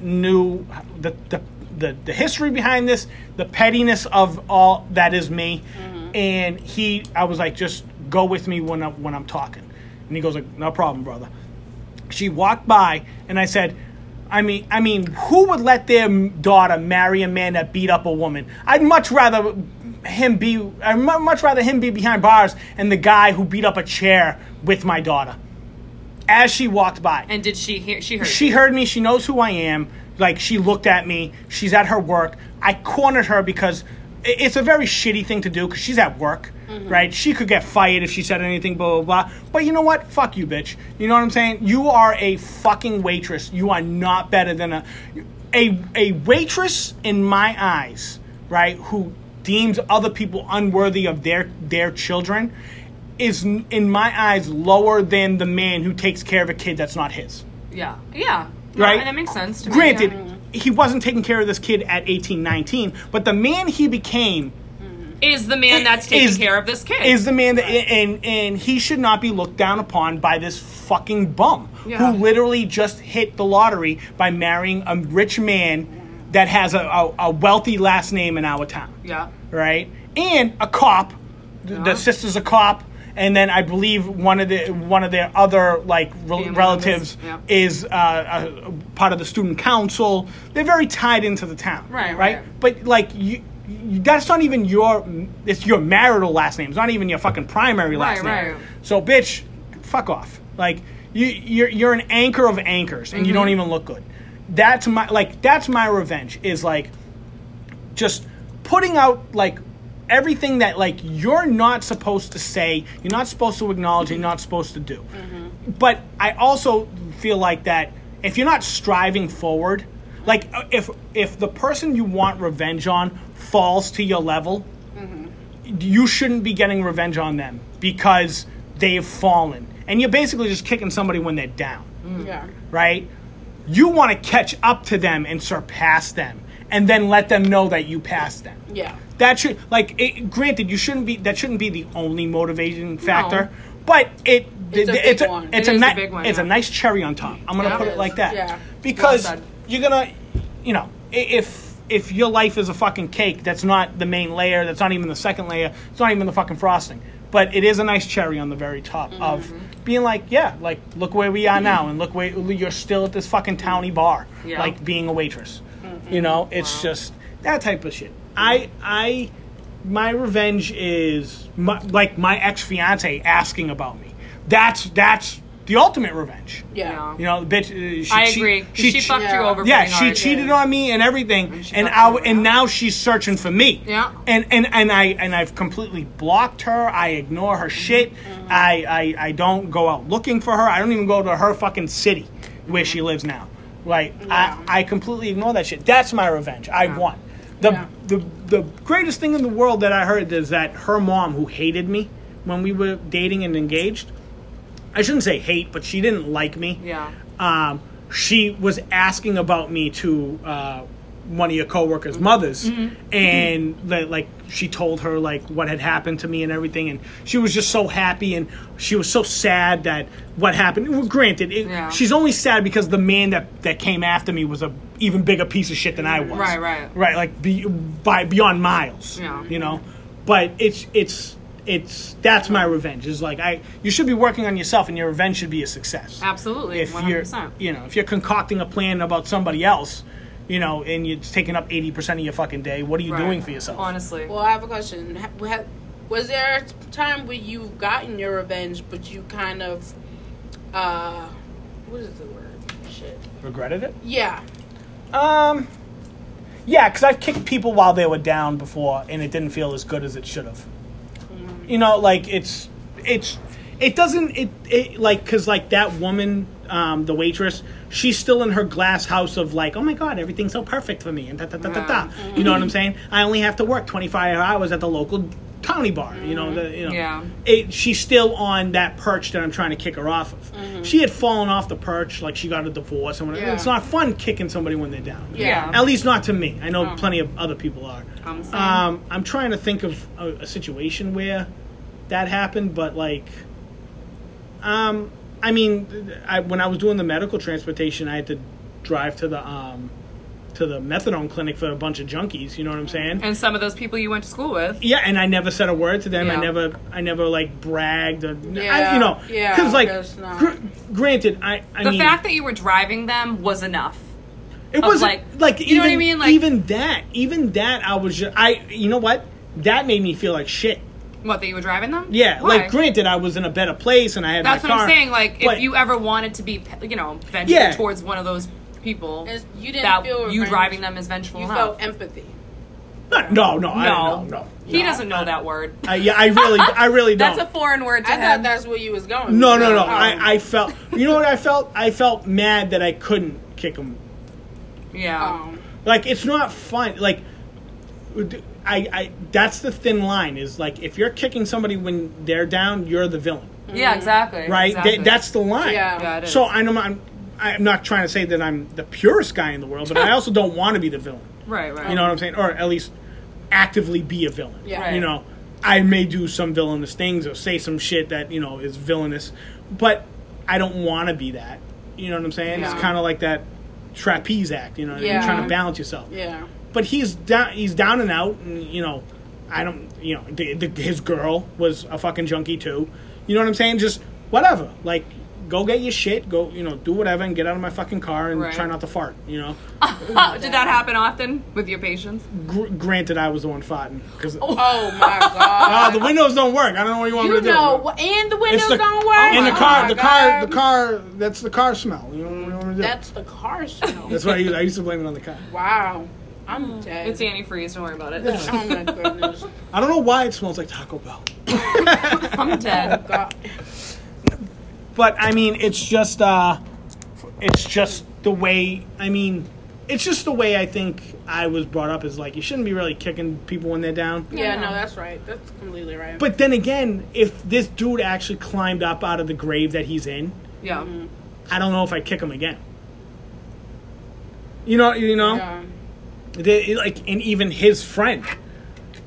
[SPEAKER 1] knew the, the the the history behind this, the pettiness of all that is me,
[SPEAKER 3] Mm-hmm.
[SPEAKER 1] and he I was like, just go with me when I'm when I'm talking, and he goes like, no problem, brother. She walked by, and I said. I mean, I mean, who would let their daughter marry a man that beat up a woman? I'd much rather him be. I'd mu- much rather him be behind bars and the guy who beat up a chair with my daughter. As she walked by,
[SPEAKER 3] And did she hear? She heard.
[SPEAKER 1] she
[SPEAKER 3] you.
[SPEAKER 1] heard me. She knows who I am. Like she looked at me. She's at her work. I cornered her because i- it's a very shitty thing to do because she's at work,
[SPEAKER 3] Mm-hmm.
[SPEAKER 1] right? She could get fired if she said anything. Blah blah blah. But you know what? Fuck you, bitch. You know what I'm saying? You are a fucking waitress. You are not better than a a a waitress in my eyes, right? Who deems other people unworthy of their their children is n- in my eyes lower than the man who takes care of a kid that's not his.
[SPEAKER 3] Yeah. Yeah.
[SPEAKER 1] Right.
[SPEAKER 3] Yeah, that makes sense to me.
[SPEAKER 1] Granted,
[SPEAKER 3] yeah.
[SPEAKER 1] he wasn't taking care of this kid at 18, 19, but the man he became
[SPEAKER 3] is the man that's taking
[SPEAKER 1] is-
[SPEAKER 3] care of this kid.
[SPEAKER 1] is the man that, and, and he should not be looked down upon by this fucking bum
[SPEAKER 3] Yeah.
[SPEAKER 1] who literally just hit the lottery by marrying a rich man that has a, a, a wealthy last name in our town,
[SPEAKER 3] Yeah.
[SPEAKER 1] right? And a cop. The, the
[SPEAKER 3] Yeah.
[SPEAKER 1] sister's a cop, and then I believe one of the one of their other like
[SPEAKER 3] Family
[SPEAKER 1] re-
[SPEAKER 3] members,
[SPEAKER 1] relatives
[SPEAKER 3] yeah.
[SPEAKER 1] is uh, a, a part of the student council. They're very tied into the town,
[SPEAKER 3] Right,
[SPEAKER 1] Right.
[SPEAKER 3] right.
[SPEAKER 1] But like you. you- That's not even your. It's your marital last name. It's not even your fucking primary last
[SPEAKER 3] Right,
[SPEAKER 1] name.
[SPEAKER 3] right.
[SPEAKER 1] So, bitch, fuck off. Like you, you're you're an anchor of anchors, and you
[SPEAKER 3] Mm-hmm.
[SPEAKER 1] don't even look good. That's my like. That's my revenge. Is like just putting out like everything that like you're not supposed to say, you're not supposed to acknowledge, you're not supposed to do.
[SPEAKER 3] Mm-hmm.
[SPEAKER 1] But I also feel like that if you're not striving forward, like uh, if if the person you want revenge on falls to your level, you shouldn't be getting revenge on them because they've fallen. And you're basically just kicking somebody when they're down
[SPEAKER 2] Yeah.
[SPEAKER 1] right? You want to catch up to them and surpass them, and then let them know that you passed them.
[SPEAKER 2] Yeah.
[SPEAKER 1] That should like it, granted you shouldn't be that shouldn't be the only motivating factor, but it
[SPEAKER 2] It's a big
[SPEAKER 1] it's
[SPEAKER 2] one.
[SPEAKER 1] it's
[SPEAKER 3] It
[SPEAKER 1] a,
[SPEAKER 3] is a
[SPEAKER 1] ni-
[SPEAKER 3] big one,
[SPEAKER 1] it's
[SPEAKER 3] yeah.
[SPEAKER 1] a nice cherry on top. I'm gonna
[SPEAKER 3] Yeah.
[SPEAKER 1] put
[SPEAKER 3] It
[SPEAKER 1] it
[SPEAKER 3] is.
[SPEAKER 1] like that
[SPEAKER 2] Yeah.
[SPEAKER 1] because
[SPEAKER 3] Well said.
[SPEAKER 1] you're gonna you know i- if if your life is a fucking cake that's not the main layer that's not even the second layer it's not even the fucking frosting but it is a nice cherry on the very top
[SPEAKER 3] Mm-hmm.
[SPEAKER 1] of being like yeah like look where we are now and look where you're still at this fucking towny bar
[SPEAKER 3] Yeah.
[SPEAKER 1] like being a waitress
[SPEAKER 3] Mm-hmm.
[SPEAKER 1] you know it's just that type of shit i i my revenge is my, like my ex-fiance asking about me that's that's the ultimate revenge
[SPEAKER 2] Yeah.
[SPEAKER 1] you know, the bitch. Uh, she,
[SPEAKER 3] I
[SPEAKER 1] she-
[SPEAKER 3] agree. 'cause She, fucked you
[SPEAKER 2] yeah.
[SPEAKER 3] over.
[SPEAKER 1] Yeah,
[SPEAKER 3] pretty
[SPEAKER 1] she
[SPEAKER 3] hard.
[SPEAKER 1] cheated on me and everything,
[SPEAKER 3] she
[SPEAKER 1] and
[SPEAKER 3] fucked
[SPEAKER 1] I
[SPEAKER 3] you
[SPEAKER 1] w- and
[SPEAKER 3] around.
[SPEAKER 1] now she's searching for me.
[SPEAKER 3] Yeah.
[SPEAKER 1] And and and I and I've completely blocked her. I ignore her shit.
[SPEAKER 3] Mm-hmm.
[SPEAKER 1] I, I I don't go out looking for her. I don't even go to her fucking city where
[SPEAKER 3] Mm-hmm.
[SPEAKER 1] she lives now. Like I I completely ignore that shit. That's my revenge. I want the
[SPEAKER 2] Yeah.
[SPEAKER 1] the the greatest thing in the world that I heard is that her mom who hated me when we were dating and engaged. I shouldn't say hate, but she didn't like me
[SPEAKER 3] Yeah.
[SPEAKER 1] um, she was asking about me to uh, one of your coworkers'
[SPEAKER 3] Mm-hmm.
[SPEAKER 1] mothers, and that like she told her like what had happened to me and everything, and she was just so happy and she was so sad that what happened. Well, granted, it,
[SPEAKER 3] Yeah.
[SPEAKER 1] she's only sad because the man that that came after me was a even bigger piece of shit than I was.
[SPEAKER 3] Right, right.
[SPEAKER 1] right. Like be, by beyond miles.
[SPEAKER 3] Yeah.
[SPEAKER 1] you know. But it's it's it's that's my revenge. Is like I you should be working on yourself, and your revenge should be a success
[SPEAKER 3] Absolutely.
[SPEAKER 1] if you
[SPEAKER 3] 100%.
[SPEAKER 1] are you know if you're concocting a plan about somebody else you know and it's taking up 80% of your fucking day what are you
[SPEAKER 3] Right.
[SPEAKER 1] doing for yourself
[SPEAKER 3] Honestly.
[SPEAKER 2] Well, I have a question. Ha- ha- Was there a time where you've gotten your revenge, but you kind of, uh, what is the word? Shit.
[SPEAKER 1] regretted it
[SPEAKER 2] Yeah.
[SPEAKER 1] um yeah because i've kicked people while they were down before and it didn't feel as good as it should have you know like it's it's it doesn't it, it like because like that woman um, the waitress she's still in her glass house of like oh my god everything's so perfect for me and da da da da da you know what i'm saying i only have to work 25 hours at the local towny bar you know the, you know
[SPEAKER 3] Yeah.
[SPEAKER 1] it, she's still on that perch that i'm trying to kick her off of
[SPEAKER 3] Mm-hmm.
[SPEAKER 1] she had fallen off the perch like she got a divorce and whatever.
[SPEAKER 2] Yeah.
[SPEAKER 1] it's not fun kicking somebody when they're down
[SPEAKER 3] yeah. Oh.
[SPEAKER 1] at least not to me i know plenty of other people are
[SPEAKER 3] I'm saying.
[SPEAKER 1] um, I'm trying to think of a, a situation where that happened, but like, um, I mean, I, when I was doing the medical transportation, I had to drive to the um, to the methadone clinic for a bunch of junkies. You know what I'm saying?
[SPEAKER 3] and some of those people you went to school with.
[SPEAKER 1] yeah, and I never said a word to them.
[SPEAKER 3] Yeah.
[SPEAKER 1] I never, I never like bragged or, I,
[SPEAKER 2] Yeah,
[SPEAKER 1] you know,
[SPEAKER 2] yeah,
[SPEAKER 1] because like,
[SPEAKER 2] that's not-
[SPEAKER 1] gr- granted, I, I
[SPEAKER 3] The
[SPEAKER 1] mean,
[SPEAKER 3] fact that you were driving them was enough.
[SPEAKER 1] It
[SPEAKER 3] of,
[SPEAKER 1] wasn't
[SPEAKER 3] like-
[SPEAKER 1] like,
[SPEAKER 3] you
[SPEAKER 1] even,
[SPEAKER 3] know what I mean? Like-
[SPEAKER 1] even that, even that, I was just, I, you know what? That made me feel like shit.
[SPEAKER 3] What that you were driving them?
[SPEAKER 1] Yeah,
[SPEAKER 3] Why?
[SPEAKER 1] like granted, I was in a better place and I had
[SPEAKER 3] That's
[SPEAKER 1] my
[SPEAKER 3] what
[SPEAKER 1] car.
[SPEAKER 3] I'm saying. Like if
[SPEAKER 1] but-
[SPEAKER 3] you ever wanted to be, you know, vengeful
[SPEAKER 1] Yeah.
[SPEAKER 3] towards one of those people,
[SPEAKER 2] It's- you didn't
[SPEAKER 3] that
[SPEAKER 2] feel
[SPEAKER 3] you
[SPEAKER 2] revenge.
[SPEAKER 3] driving them is vengeful
[SPEAKER 2] You
[SPEAKER 3] enough.
[SPEAKER 2] felt empathy.
[SPEAKER 1] no, no, no, I
[SPEAKER 3] no,
[SPEAKER 1] don't know, no.
[SPEAKER 3] he doesn't know that word.
[SPEAKER 1] (laughs) I, yeah, I really, I really don't.
[SPEAKER 3] (laughs) That's a Oh. foreign word to
[SPEAKER 2] I
[SPEAKER 3] him.
[SPEAKER 2] thought that's where you was going.
[SPEAKER 1] no, no, no.
[SPEAKER 2] Um,
[SPEAKER 1] I, I felt. You know what I felt? I felt mad that I couldn't kick him.
[SPEAKER 3] yeah.
[SPEAKER 2] Um,
[SPEAKER 1] Like it's not fun. Like, I, I. That's the thin line. Is like if you're kicking somebody when they're down, you're the villain,
[SPEAKER 3] Yeah, exactly.
[SPEAKER 1] right?
[SPEAKER 3] Exactly.
[SPEAKER 1] Th- that's the line.
[SPEAKER 2] Yeah.
[SPEAKER 3] yeah, it is.
[SPEAKER 1] So I know I'm. I'm not trying to say that I'm the purest guy in the world, but I also don't want to be the villain.
[SPEAKER 3] right, right.
[SPEAKER 1] You know what I'm saying? Or at least actively be a villain.
[SPEAKER 2] Yeah.
[SPEAKER 3] Right.
[SPEAKER 1] You know, I may do some villainous things or say some shit that, you know, is villainous, but I don't want to be that. You know what I'm saying?
[SPEAKER 3] Yeah.
[SPEAKER 1] It's kind of like that trapeze act. You know, what I mean?
[SPEAKER 2] Yeah.
[SPEAKER 1] trying to balance yourself.
[SPEAKER 2] Yeah.
[SPEAKER 1] But he's down. He's down and out, and you know, I don't. You know, the, the, his girl was a fucking junkie too. You know what I'm saying? Just whatever. Like, go get your shit. Go, you know, do whatever, and get out of my fucking car and
[SPEAKER 3] Right.
[SPEAKER 1] try not to fart. You know.
[SPEAKER 3] Oh, did that happen often with your patients?
[SPEAKER 1] Gr- granted, I was the one farting because
[SPEAKER 2] Oh
[SPEAKER 1] (laughs)
[SPEAKER 2] my god.
[SPEAKER 1] Ah, the windows don't work. I don't know what you want
[SPEAKER 2] you
[SPEAKER 1] me to
[SPEAKER 2] know,
[SPEAKER 1] do.
[SPEAKER 2] wh- and the windows don't work.
[SPEAKER 1] And the
[SPEAKER 2] Oh
[SPEAKER 1] car,
[SPEAKER 2] my
[SPEAKER 1] the car,
[SPEAKER 2] God.
[SPEAKER 1] the car. That's the car smell. You know what you want me to do?
[SPEAKER 2] That's the car smell.
[SPEAKER 1] That's why I used, I used to blame it on the car.
[SPEAKER 2] wow. I'm dead.
[SPEAKER 3] Mm, It's antifreeze. Don't worry about it.
[SPEAKER 2] oh my goodness.
[SPEAKER 1] I don't know why it smells like Taco Bell.
[SPEAKER 3] (laughs) I'm dead.
[SPEAKER 2] God.
[SPEAKER 1] But I mean, it's just, uh, it's just the way. I mean, it's just the way I think I was brought up. Is like you shouldn't be really kicking people when they're down.
[SPEAKER 2] Yeah,
[SPEAKER 3] no.
[SPEAKER 2] no, that's right. That's completely right.
[SPEAKER 1] But then again, if this dude actually climbed up out of the grave that he's in,
[SPEAKER 3] Yeah.
[SPEAKER 2] Mm-hmm.
[SPEAKER 1] I don't know if I kick him again. You know, you know.
[SPEAKER 2] yeah.
[SPEAKER 1] They, like, and even his friend,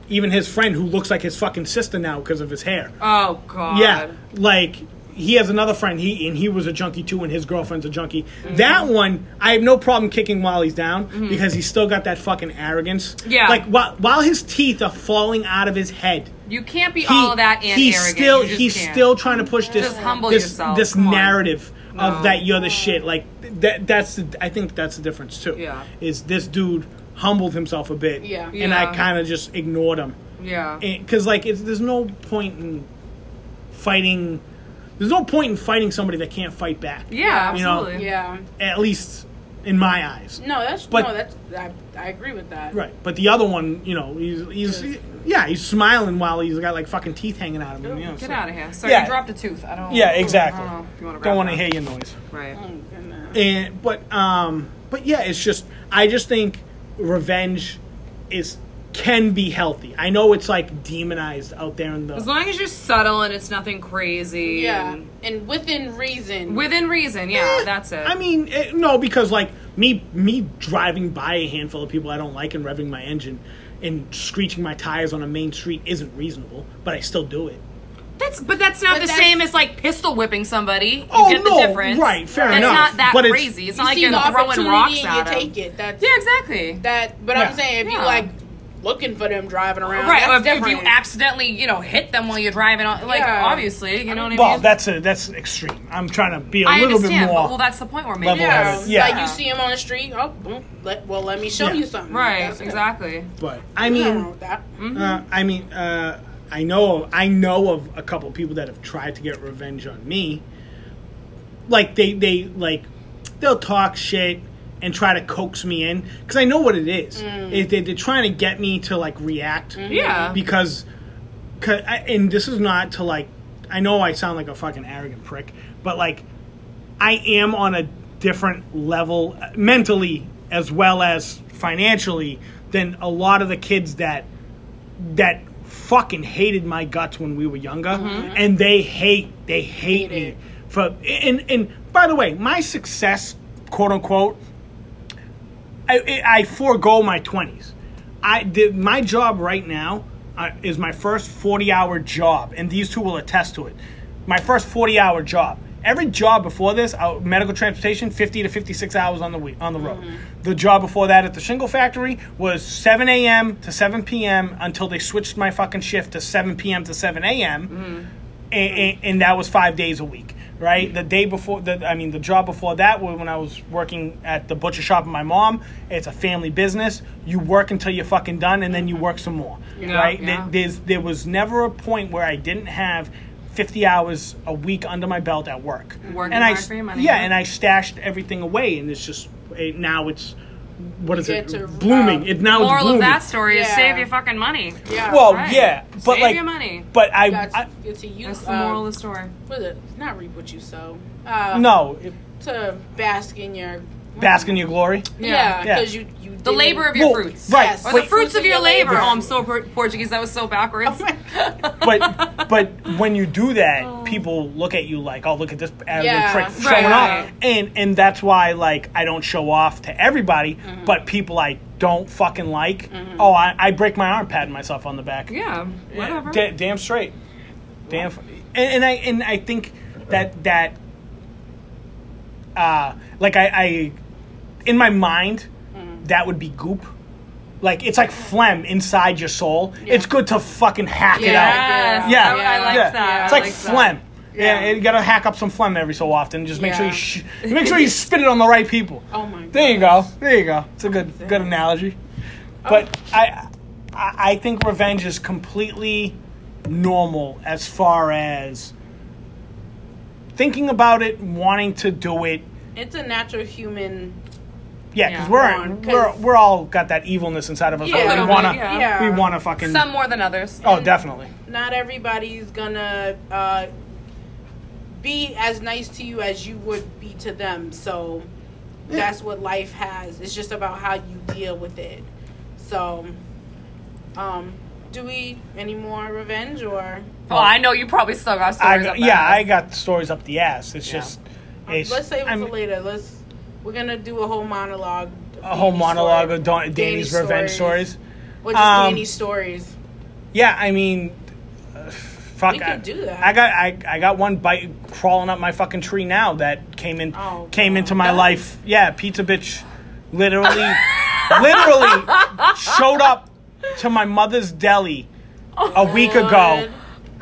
[SPEAKER 1] even his friend who looks like his fucking sister now because of his hair.
[SPEAKER 3] Oh God.
[SPEAKER 1] Yeah, like he has another friend. He and he was a junkie too, and his girlfriend's a junkie.
[SPEAKER 3] Mm-hmm.
[SPEAKER 1] That one, I have no problem kicking while he's down because he's still got that fucking arrogance.
[SPEAKER 3] Yeah.
[SPEAKER 1] like while while his teeth are falling out of his head.
[SPEAKER 3] You can't be
[SPEAKER 1] He,
[SPEAKER 3] all that and
[SPEAKER 1] he's
[SPEAKER 3] arrogant.
[SPEAKER 1] still
[SPEAKER 3] You just
[SPEAKER 1] he's
[SPEAKER 3] can't.
[SPEAKER 1] still trying to push this
[SPEAKER 3] Just humble
[SPEAKER 1] this,
[SPEAKER 3] yourself.
[SPEAKER 1] this
[SPEAKER 3] Come on.
[SPEAKER 1] narrative
[SPEAKER 3] No.
[SPEAKER 1] of that you're the shit. Like th- that that's the, I think that's the difference too.
[SPEAKER 3] Yeah.
[SPEAKER 1] is this dude humbled himself a bit.
[SPEAKER 2] Yeah.
[SPEAKER 1] and I
[SPEAKER 3] Yeah.
[SPEAKER 1] kind of just ignored him
[SPEAKER 3] Yeah.
[SPEAKER 1] because like it's, there's no point in fighting there's no point in fighting somebody that can't fight back
[SPEAKER 3] yeah.
[SPEAKER 1] You know,
[SPEAKER 3] Absolutely.
[SPEAKER 2] Yeah.
[SPEAKER 1] at least in my eyes
[SPEAKER 2] No, that's
[SPEAKER 1] But-
[SPEAKER 2] no, that's I, I agree with that.
[SPEAKER 1] right but the other one you know he's, he's
[SPEAKER 2] Yes.
[SPEAKER 1] yeah he's smiling while he's got like fucking teeth hanging out of him you know,
[SPEAKER 3] Get
[SPEAKER 1] so-
[SPEAKER 3] out of here. So
[SPEAKER 1] Yeah.
[SPEAKER 3] you dropped a tooth. I don't.
[SPEAKER 1] yeah exactly
[SPEAKER 3] I don't know if you want to.
[SPEAKER 1] don't want to hear your noise
[SPEAKER 3] Right.
[SPEAKER 2] Oh, goodness.
[SPEAKER 1] and but um but yeah it's just i just think revenge is can be healthy i know it's like demonized out there in the
[SPEAKER 3] As long as you're subtle and it's nothing crazy.
[SPEAKER 2] Yeah,
[SPEAKER 3] and-
[SPEAKER 2] and within reason.
[SPEAKER 3] Within reason. Yeah. That's it.
[SPEAKER 1] I mean, eh, no, because like me, me driving by a handful of people I don't like and revving my engine and screeching my tires on a main street isn't reasonable, but I still do it.
[SPEAKER 3] That's but that's not
[SPEAKER 2] But
[SPEAKER 3] the
[SPEAKER 2] that's-
[SPEAKER 3] same as like pistol whipping somebody. You
[SPEAKER 1] Oh,
[SPEAKER 3] get the
[SPEAKER 1] no,
[SPEAKER 3] difference.
[SPEAKER 1] right, fair
[SPEAKER 3] It's
[SPEAKER 1] enough,
[SPEAKER 3] not that
[SPEAKER 1] but it's-
[SPEAKER 3] crazy. It's
[SPEAKER 2] you
[SPEAKER 3] not like
[SPEAKER 2] see
[SPEAKER 3] you're
[SPEAKER 2] the opportunity
[SPEAKER 3] throwing rocks
[SPEAKER 2] and
[SPEAKER 3] at
[SPEAKER 2] you
[SPEAKER 3] them.
[SPEAKER 2] take it. That's
[SPEAKER 3] Yeah, exactly.
[SPEAKER 2] that. But
[SPEAKER 1] Yeah.
[SPEAKER 2] I'm saying if you
[SPEAKER 3] Yeah.
[SPEAKER 2] like looking for them driving around,
[SPEAKER 3] Right, or
[SPEAKER 2] That's
[SPEAKER 3] if, if you
[SPEAKER 2] different.
[SPEAKER 3] accidentally, you know, hit them while you're driving, on, like
[SPEAKER 2] Yeah.
[SPEAKER 3] obviously, you know what I mean.
[SPEAKER 1] Well, that's a that's extreme. I'm trying to be a
[SPEAKER 3] I
[SPEAKER 1] little bit
[SPEAKER 3] understand,
[SPEAKER 1] more.
[SPEAKER 3] but well, that's the point we're making.
[SPEAKER 2] yeah,
[SPEAKER 1] level-headed. Yeah.
[SPEAKER 2] like you see him on the street. Oh, boom, let, well, let me show
[SPEAKER 1] Yeah.
[SPEAKER 2] you something.
[SPEAKER 3] Right,
[SPEAKER 2] That's it.
[SPEAKER 3] exactly. Mm-hmm.
[SPEAKER 1] but I
[SPEAKER 2] Nothing
[SPEAKER 1] mean,
[SPEAKER 2] wrong with that.
[SPEAKER 1] Uh, I mean, uh, I know I know of a couple people that have tried to get revenge on me. Like they they like they'll talk shit and try to coax me in because I know what it is. It, they, they're trying to get me to like react
[SPEAKER 3] Yeah.
[SPEAKER 1] because. 'cause I, and this is not to like. I know I sound like a fucking arrogant prick, but like, I am on a different level uh, mentally as well as financially than a lot of the kids that that fucking hated my guts when we were younger and they hate they hate,
[SPEAKER 2] Mm-hmm. Hate
[SPEAKER 1] me
[SPEAKER 2] it.
[SPEAKER 1] for and and by the way my success quote unquote i i I forego my 20s i did my job right now uh, is my first 40 hour job and these two will attest to it my first 40 hour job every job before this uh, medical transportation 50 to 56 hours on the week on the road the job before that at the shingle factory was 7 a.m to 7 p.m until they switched my fucking shift to 7 p.m to 7 a.m and, and, and that was five days a week right the day before the i mean the job before that was when i was working at the butcher shop of my mom it's a family business you work until you're fucking done and then you work some more
[SPEAKER 3] Yeah,
[SPEAKER 1] right
[SPEAKER 3] yeah.
[SPEAKER 1] There- there's, there was never a point where i didn't have 50 hours a week under my belt at work
[SPEAKER 3] Working
[SPEAKER 1] and i
[SPEAKER 3] hard for your money,
[SPEAKER 1] yeah
[SPEAKER 3] huh?
[SPEAKER 1] and i stashed everything away and it's just it, now it's what is
[SPEAKER 2] get to,
[SPEAKER 1] it blooming
[SPEAKER 2] uh,
[SPEAKER 1] it now it's
[SPEAKER 3] Moral
[SPEAKER 1] blooming
[SPEAKER 3] of that story is
[SPEAKER 2] Yeah.
[SPEAKER 3] save your fucking money.
[SPEAKER 2] Yeah.
[SPEAKER 1] well
[SPEAKER 3] Right.
[SPEAKER 1] yeah but
[SPEAKER 3] save
[SPEAKER 1] like
[SPEAKER 3] your money.
[SPEAKER 1] but i,
[SPEAKER 2] that's
[SPEAKER 1] I
[SPEAKER 2] it's a use.
[SPEAKER 3] That's the moral of the story.
[SPEAKER 2] what is it? Not reap what you sow. Uh,
[SPEAKER 1] no it,
[SPEAKER 2] To bask in your.
[SPEAKER 1] bask in your glory
[SPEAKER 2] Yeah,
[SPEAKER 1] Yeah.
[SPEAKER 2] because you you
[SPEAKER 3] The
[SPEAKER 2] didn't-
[SPEAKER 3] labor of your
[SPEAKER 1] Well,
[SPEAKER 3] fruits.
[SPEAKER 1] right,
[SPEAKER 2] Yes.
[SPEAKER 3] Or
[SPEAKER 1] Wait.
[SPEAKER 3] the fruits of your labor. Oh, I'm so por- Portuguese. That was so backwards.
[SPEAKER 1] but but when you do that, people look at you like, oh, look at this arrogant
[SPEAKER 2] Yeah.
[SPEAKER 1] prick
[SPEAKER 2] Right,
[SPEAKER 1] showing
[SPEAKER 3] right.
[SPEAKER 1] off, and and that's why like I don't show off to everybody, but people I don't fucking like. Oh, I, I break my arm patting myself on the back.
[SPEAKER 3] yeah, whatever.
[SPEAKER 1] Da- damn straight. Damn. f- And, and I and I think that that uh like I, I in my mind, that would be goop. Like it's like phlegm inside your soul. It's good to fucking hack it out.
[SPEAKER 3] Yes.
[SPEAKER 1] Yeah,
[SPEAKER 3] I, I like
[SPEAKER 1] yeah.
[SPEAKER 3] that.
[SPEAKER 1] It's
[SPEAKER 3] I
[SPEAKER 1] like
[SPEAKER 3] like that.
[SPEAKER 1] phlegm. Yeah.
[SPEAKER 2] Yeah.
[SPEAKER 1] you gotta hack up some phlegm every so often. Just make sure you
[SPEAKER 2] Yeah.
[SPEAKER 1] sh- make sure you spit it on the right people.
[SPEAKER 2] Oh my
[SPEAKER 1] There you go. There you go. It's a good good analogy. But I I I think revenge is completely normal as far as thinking about it, wanting to do it.
[SPEAKER 2] It's a natural human.
[SPEAKER 1] Yeah, because
[SPEAKER 3] Yeah.
[SPEAKER 1] we're, we're
[SPEAKER 2] 'Cause-
[SPEAKER 1] we're all got that evilness inside of us.
[SPEAKER 2] Yeah. A
[SPEAKER 1] Yeah,
[SPEAKER 2] little
[SPEAKER 1] we
[SPEAKER 2] bit,
[SPEAKER 1] wanna
[SPEAKER 3] yeah.
[SPEAKER 1] we wanna fucking
[SPEAKER 3] Some more than others.
[SPEAKER 1] oh definitely
[SPEAKER 2] Not everybody's gonna uh, be as nice to you as you would be to them. So that's what life has. It's just about how you deal with it. So, um, do we any more revenge or
[SPEAKER 3] Well, I know you probably still got
[SPEAKER 1] I
[SPEAKER 3] stories
[SPEAKER 1] got,
[SPEAKER 3] up
[SPEAKER 1] yeah
[SPEAKER 3] there.
[SPEAKER 1] I got stories up the ass. It's
[SPEAKER 3] Yeah.
[SPEAKER 1] just it's,
[SPEAKER 2] Um, let's save it
[SPEAKER 1] I'm-
[SPEAKER 2] for later. Let's we're gonna do a whole monologue.
[SPEAKER 1] a whole
[SPEAKER 2] Danny
[SPEAKER 1] monologue
[SPEAKER 2] story.
[SPEAKER 1] of Don- Danny's revenge stories.
[SPEAKER 2] Or just
[SPEAKER 1] Um,
[SPEAKER 2] Danny stories.
[SPEAKER 1] Yeah, I mean, uh, fuck.
[SPEAKER 2] We
[SPEAKER 1] I,
[SPEAKER 2] could do that.
[SPEAKER 1] I got I, I got one bite crawling up my fucking tree now that came in
[SPEAKER 2] Oh,
[SPEAKER 1] came
[SPEAKER 2] God.
[SPEAKER 1] into my life. Yeah, pizza bitch,
[SPEAKER 2] (laughs)
[SPEAKER 1] literally, literally showed up to my mother's deli a week ago
[SPEAKER 2] Good.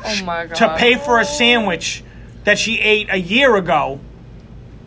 [SPEAKER 3] Oh my god.
[SPEAKER 1] to pay for a sandwich that she ate a year ago,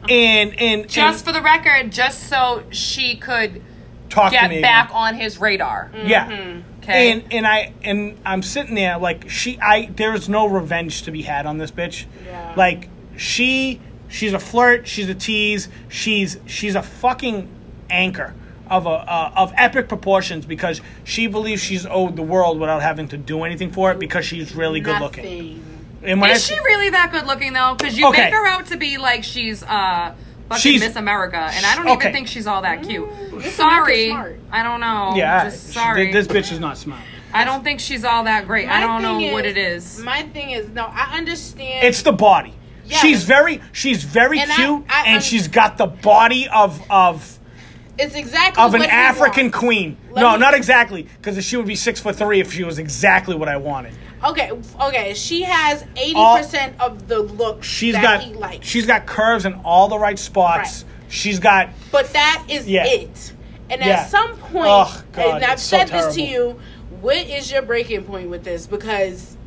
[SPEAKER 1] and and, and
[SPEAKER 3] Just for the record, just so she could
[SPEAKER 1] talk to
[SPEAKER 3] get
[SPEAKER 1] me. Mm.
[SPEAKER 3] back on his radar.
[SPEAKER 1] Yeah.
[SPEAKER 3] Okay.
[SPEAKER 1] And and I and I'm sitting there like she I there's no revenge to be had on this bitch.
[SPEAKER 2] Yeah.
[SPEAKER 1] Like she she's a flirt, she's a tease, she's she's a fucking anchor of a uh, of epic proportions because she believes she's owed the world without having to do anything for it because she's really good looking.
[SPEAKER 2] Nothing.
[SPEAKER 1] And when I
[SPEAKER 3] Is
[SPEAKER 1] s-
[SPEAKER 3] she really that good looking though? Because you
[SPEAKER 1] Okay.
[SPEAKER 3] make her out to be like she's uh fucking
[SPEAKER 1] She's-
[SPEAKER 3] Miss America, and I don't
[SPEAKER 1] okay.
[SPEAKER 3] even think she's all that cute. Sorry,
[SPEAKER 2] smart.
[SPEAKER 3] I don't know.
[SPEAKER 1] yeah,
[SPEAKER 3] just
[SPEAKER 1] she-
[SPEAKER 3] sorry.
[SPEAKER 1] this bitch is not smart.
[SPEAKER 3] I don't think she's all that great. I
[SPEAKER 2] My
[SPEAKER 3] don't know
[SPEAKER 2] thing
[SPEAKER 3] what
[SPEAKER 2] is-
[SPEAKER 3] it is.
[SPEAKER 2] My thing is no, I understand.
[SPEAKER 1] It's the body.
[SPEAKER 2] Yes.
[SPEAKER 1] She's very she's very
[SPEAKER 2] And I-
[SPEAKER 1] cute
[SPEAKER 2] I
[SPEAKER 1] and
[SPEAKER 2] un-
[SPEAKER 1] she's got the body of of
[SPEAKER 2] it's exactly
[SPEAKER 1] of an
[SPEAKER 2] what he
[SPEAKER 1] African
[SPEAKER 2] wants.
[SPEAKER 1] queen.
[SPEAKER 2] Let
[SPEAKER 1] no,
[SPEAKER 2] me-
[SPEAKER 1] not exactly, because she would be six foot three if she was exactly what I wanted.
[SPEAKER 2] Okay, okay. She has eighty percent of the look
[SPEAKER 1] She's
[SPEAKER 2] that
[SPEAKER 1] got
[SPEAKER 2] he likes.
[SPEAKER 1] she's got curves in all the right spots. She's got
[SPEAKER 2] But that is
[SPEAKER 1] Yeah.
[SPEAKER 2] it. And
[SPEAKER 1] Yeah.
[SPEAKER 2] at some point,
[SPEAKER 1] Ugh, God,
[SPEAKER 2] and I've
[SPEAKER 1] it's so
[SPEAKER 2] said this to
[SPEAKER 1] terrible.
[SPEAKER 2] you, what is your breaking point with this? Because,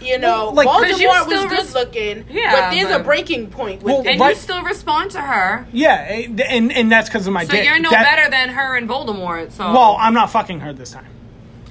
[SPEAKER 2] you
[SPEAKER 1] Well,
[SPEAKER 2] know,
[SPEAKER 1] like-
[SPEAKER 3] 'Cause you
[SPEAKER 2] Baltimore was
[SPEAKER 3] still
[SPEAKER 2] good
[SPEAKER 3] res-
[SPEAKER 2] looking,
[SPEAKER 3] Yeah,
[SPEAKER 2] but there's
[SPEAKER 3] but-
[SPEAKER 2] a breaking point with
[SPEAKER 1] Well,
[SPEAKER 2] this.
[SPEAKER 3] and
[SPEAKER 1] right-
[SPEAKER 3] you still respond to her,
[SPEAKER 1] yeah, and and, and that's because of my
[SPEAKER 3] so
[SPEAKER 1] dick.
[SPEAKER 3] you're no
[SPEAKER 1] That-
[SPEAKER 3] better than her and Voldemort. So
[SPEAKER 1] Well, I'm not fucking her this time.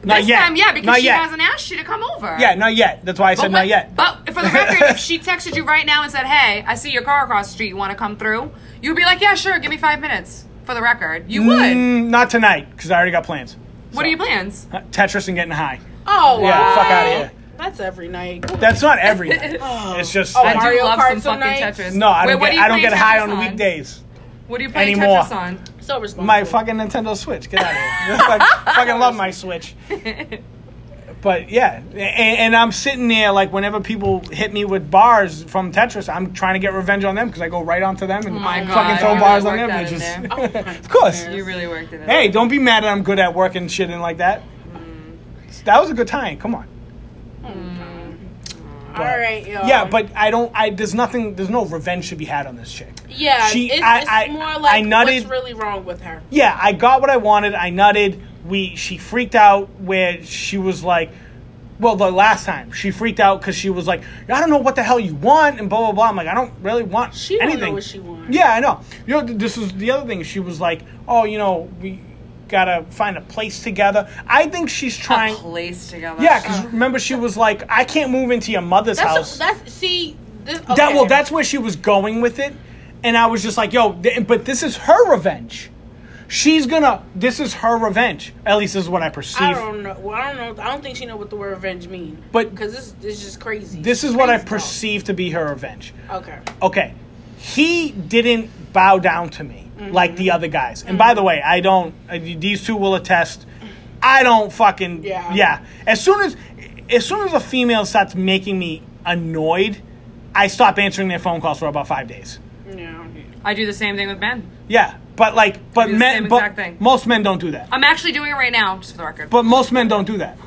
[SPEAKER 1] Not
[SPEAKER 3] this
[SPEAKER 1] yet.
[SPEAKER 3] time, yeah, because
[SPEAKER 1] not
[SPEAKER 3] she
[SPEAKER 1] yet.
[SPEAKER 3] hasn't asked you to come over.
[SPEAKER 1] Yeah, not yet. That's why I said
[SPEAKER 3] But,
[SPEAKER 1] not
[SPEAKER 3] what-
[SPEAKER 1] yet.
[SPEAKER 3] but for
[SPEAKER 1] (laughs)
[SPEAKER 3] the record, if she texted you right now and said, "Hey, I see your car across the street. You want to come through?" You'd be like, "Yeah, sure. Give me five minutes." For the record, you would.
[SPEAKER 1] Mm, not tonight, because I already got plans.
[SPEAKER 3] What are your plans?
[SPEAKER 1] Uh, Tetris and getting high.
[SPEAKER 2] Oh,
[SPEAKER 1] Yeah,
[SPEAKER 2] wow.
[SPEAKER 1] fuck outta here.
[SPEAKER 2] That's every night.
[SPEAKER 1] That's not every
[SPEAKER 3] (laughs)
[SPEAKER 1] night. It's just
[SPEAKER 2] Oh,
[SPEAKER 1] I do-
[SPEAKER 2] Mario Kart
[SPEAKER 3] fucking
[SPEAKER 2] tonight?
[SPEAKER 3] Tetris.
[SPEAKER 1] no, I don't
[SPEAKER 3] Wait, what
[SPEAKER 1] get
[SPEAKER 3] are you
[SPEAKER 1] I don't
[SPEAKER 3] playing
[SPEAKER 1] get high on
[SPEAKER 3] Tetris
[SPEAKER 1] weekdays.
[SPEAKER 3] What are you playing
[SPEAKER 1] anymore.
[SPEAKER 3] Tetris on?
[SPEAKER 2] So responsible.
[SPEAKER 1] my fucking Nintendo Switch. Get out of here. (laughs) Fuck- fucking love my Switch. But yeah, and, and I'm sitting there like whenever people hit me with bars from Tetris, I'm trying to get revenge on them because I go right onto them and
[SPEAKER 3] Oh my
[SPEAKER 1] fucking
[SPEAKER 3] God,
[SPEAKER 1] throw
[SPEAKER 3] you
[SPEAKER 1] bars
[SPEAKER 3] really
[SPEAKER 1] on them.
[SPEAKER 3] worked that
[SPEAKER 1] (laughs)
[SPEAKER 2] Oh
[SPEAKER 3] in
[SPEAKER 1] bitches. of course.
[SPEAKER 3] You really worked it.
[SPEAKER 1] Hey, don't be mad that I'm good at work and shit and like that.
[SPEAKER 3] Mm.
[SPEAKER 1] That was a good time. Come on.
[SPEAKER 2] All right,
[SPEAKER 3] Oh.
[SPEAKER 2] y'all.
[SPEAKER 1] Yeah, but I don't. I there's nothing. There's no revenge to be had on this chick.
[SPEAKER 2] yeah,
[SPEAKER 1] she-
[SPEAKER 2] it's,
[SPEAKER 1] I-
[SPEAKER 2] it's
[SPEAKER 1] I-
[SPEAKER 2] more
[SPEAKER 1] I
[SPEAKER 2] like
[SPEAKER 1] nutted-
[SPEAKER 2] what's really wrong with her.
[SPEAKER 1] yeah, I got what I wanted. I nutted. We she freaked out where she was like, well, the last time she freaked out because she was like, I don't know what the hell you want and blah blah blah. I'm like, I don't really want
[SPEAKER 2] She don't know
[SPEAKER 1] anything.
[SPEAKER 2] what she wants.
[SPEAKER 1] Yeah, I know. You know, th- this is the other thing. She was like, oh, you know, we gotta find a place together. I think she's
[SPEAKER 3] a
[SPEAKER 1] trying.
[SPEAKER 3] place Oh, together.
[SPEAKER 1] Yeah, because remember she was like, I can't move into your mother's
[SPEAKER 2] That's,
[SPEAKER 1] house.
[SPEAKER 2] a, that's see. This,
[SPEAKER 1] That
[SPEAKER 2] okay.
[SPEAKER 1] well, that's where she was going with it, and I was just like, "Yo, th- but this is her revenge. She's gonna. This is her revenge. At least this is what I
[SPEAKER 2] I
[SPEAKER 1] perceive.
[SPEAKER 2] don't know. Well, I don't know. I don't think she know what the word revenge mean.
[SPEAKER 1] But-
[SPEAKER 2] because this is just crazy.
[SPEAKER 1] This is what I
[SPEAKER 2] Crazy talk.
[SPEAKER 1] perceive to be her revenge.
[SPEAKER 2] Okay.
[SPEAKER 1] Okay, he didn't bow down to me
[SPEAKER 2] Mm-hmm.
[SPEAKER 1] like the other guys. And by the way, I don't. Uh, these two will attest. I don't fucking
[SPEAKER 2] Yeah.
[SPEAKER 1] yeah. As soon as as soon as a female starts making me annoyed, I stop answering their phone calls for about five days.
[SPEAKER 2] Yeah.
[SPEAKER 3] I do the same thing with men.
[SPEAKER 1] Yeah, but like, but
[SPEAKER 3] do the
[SPEAKER 1] men,
[SPEAKER 3] same
[SPEAKER 1] but
[SPEAKER 3] exact thing.
[SPEAKER 1] most men don't do that.
[SPEAKER 3] I'm actually doing it right now, just for the record.
[SPEAKER 1] But most men don't do that.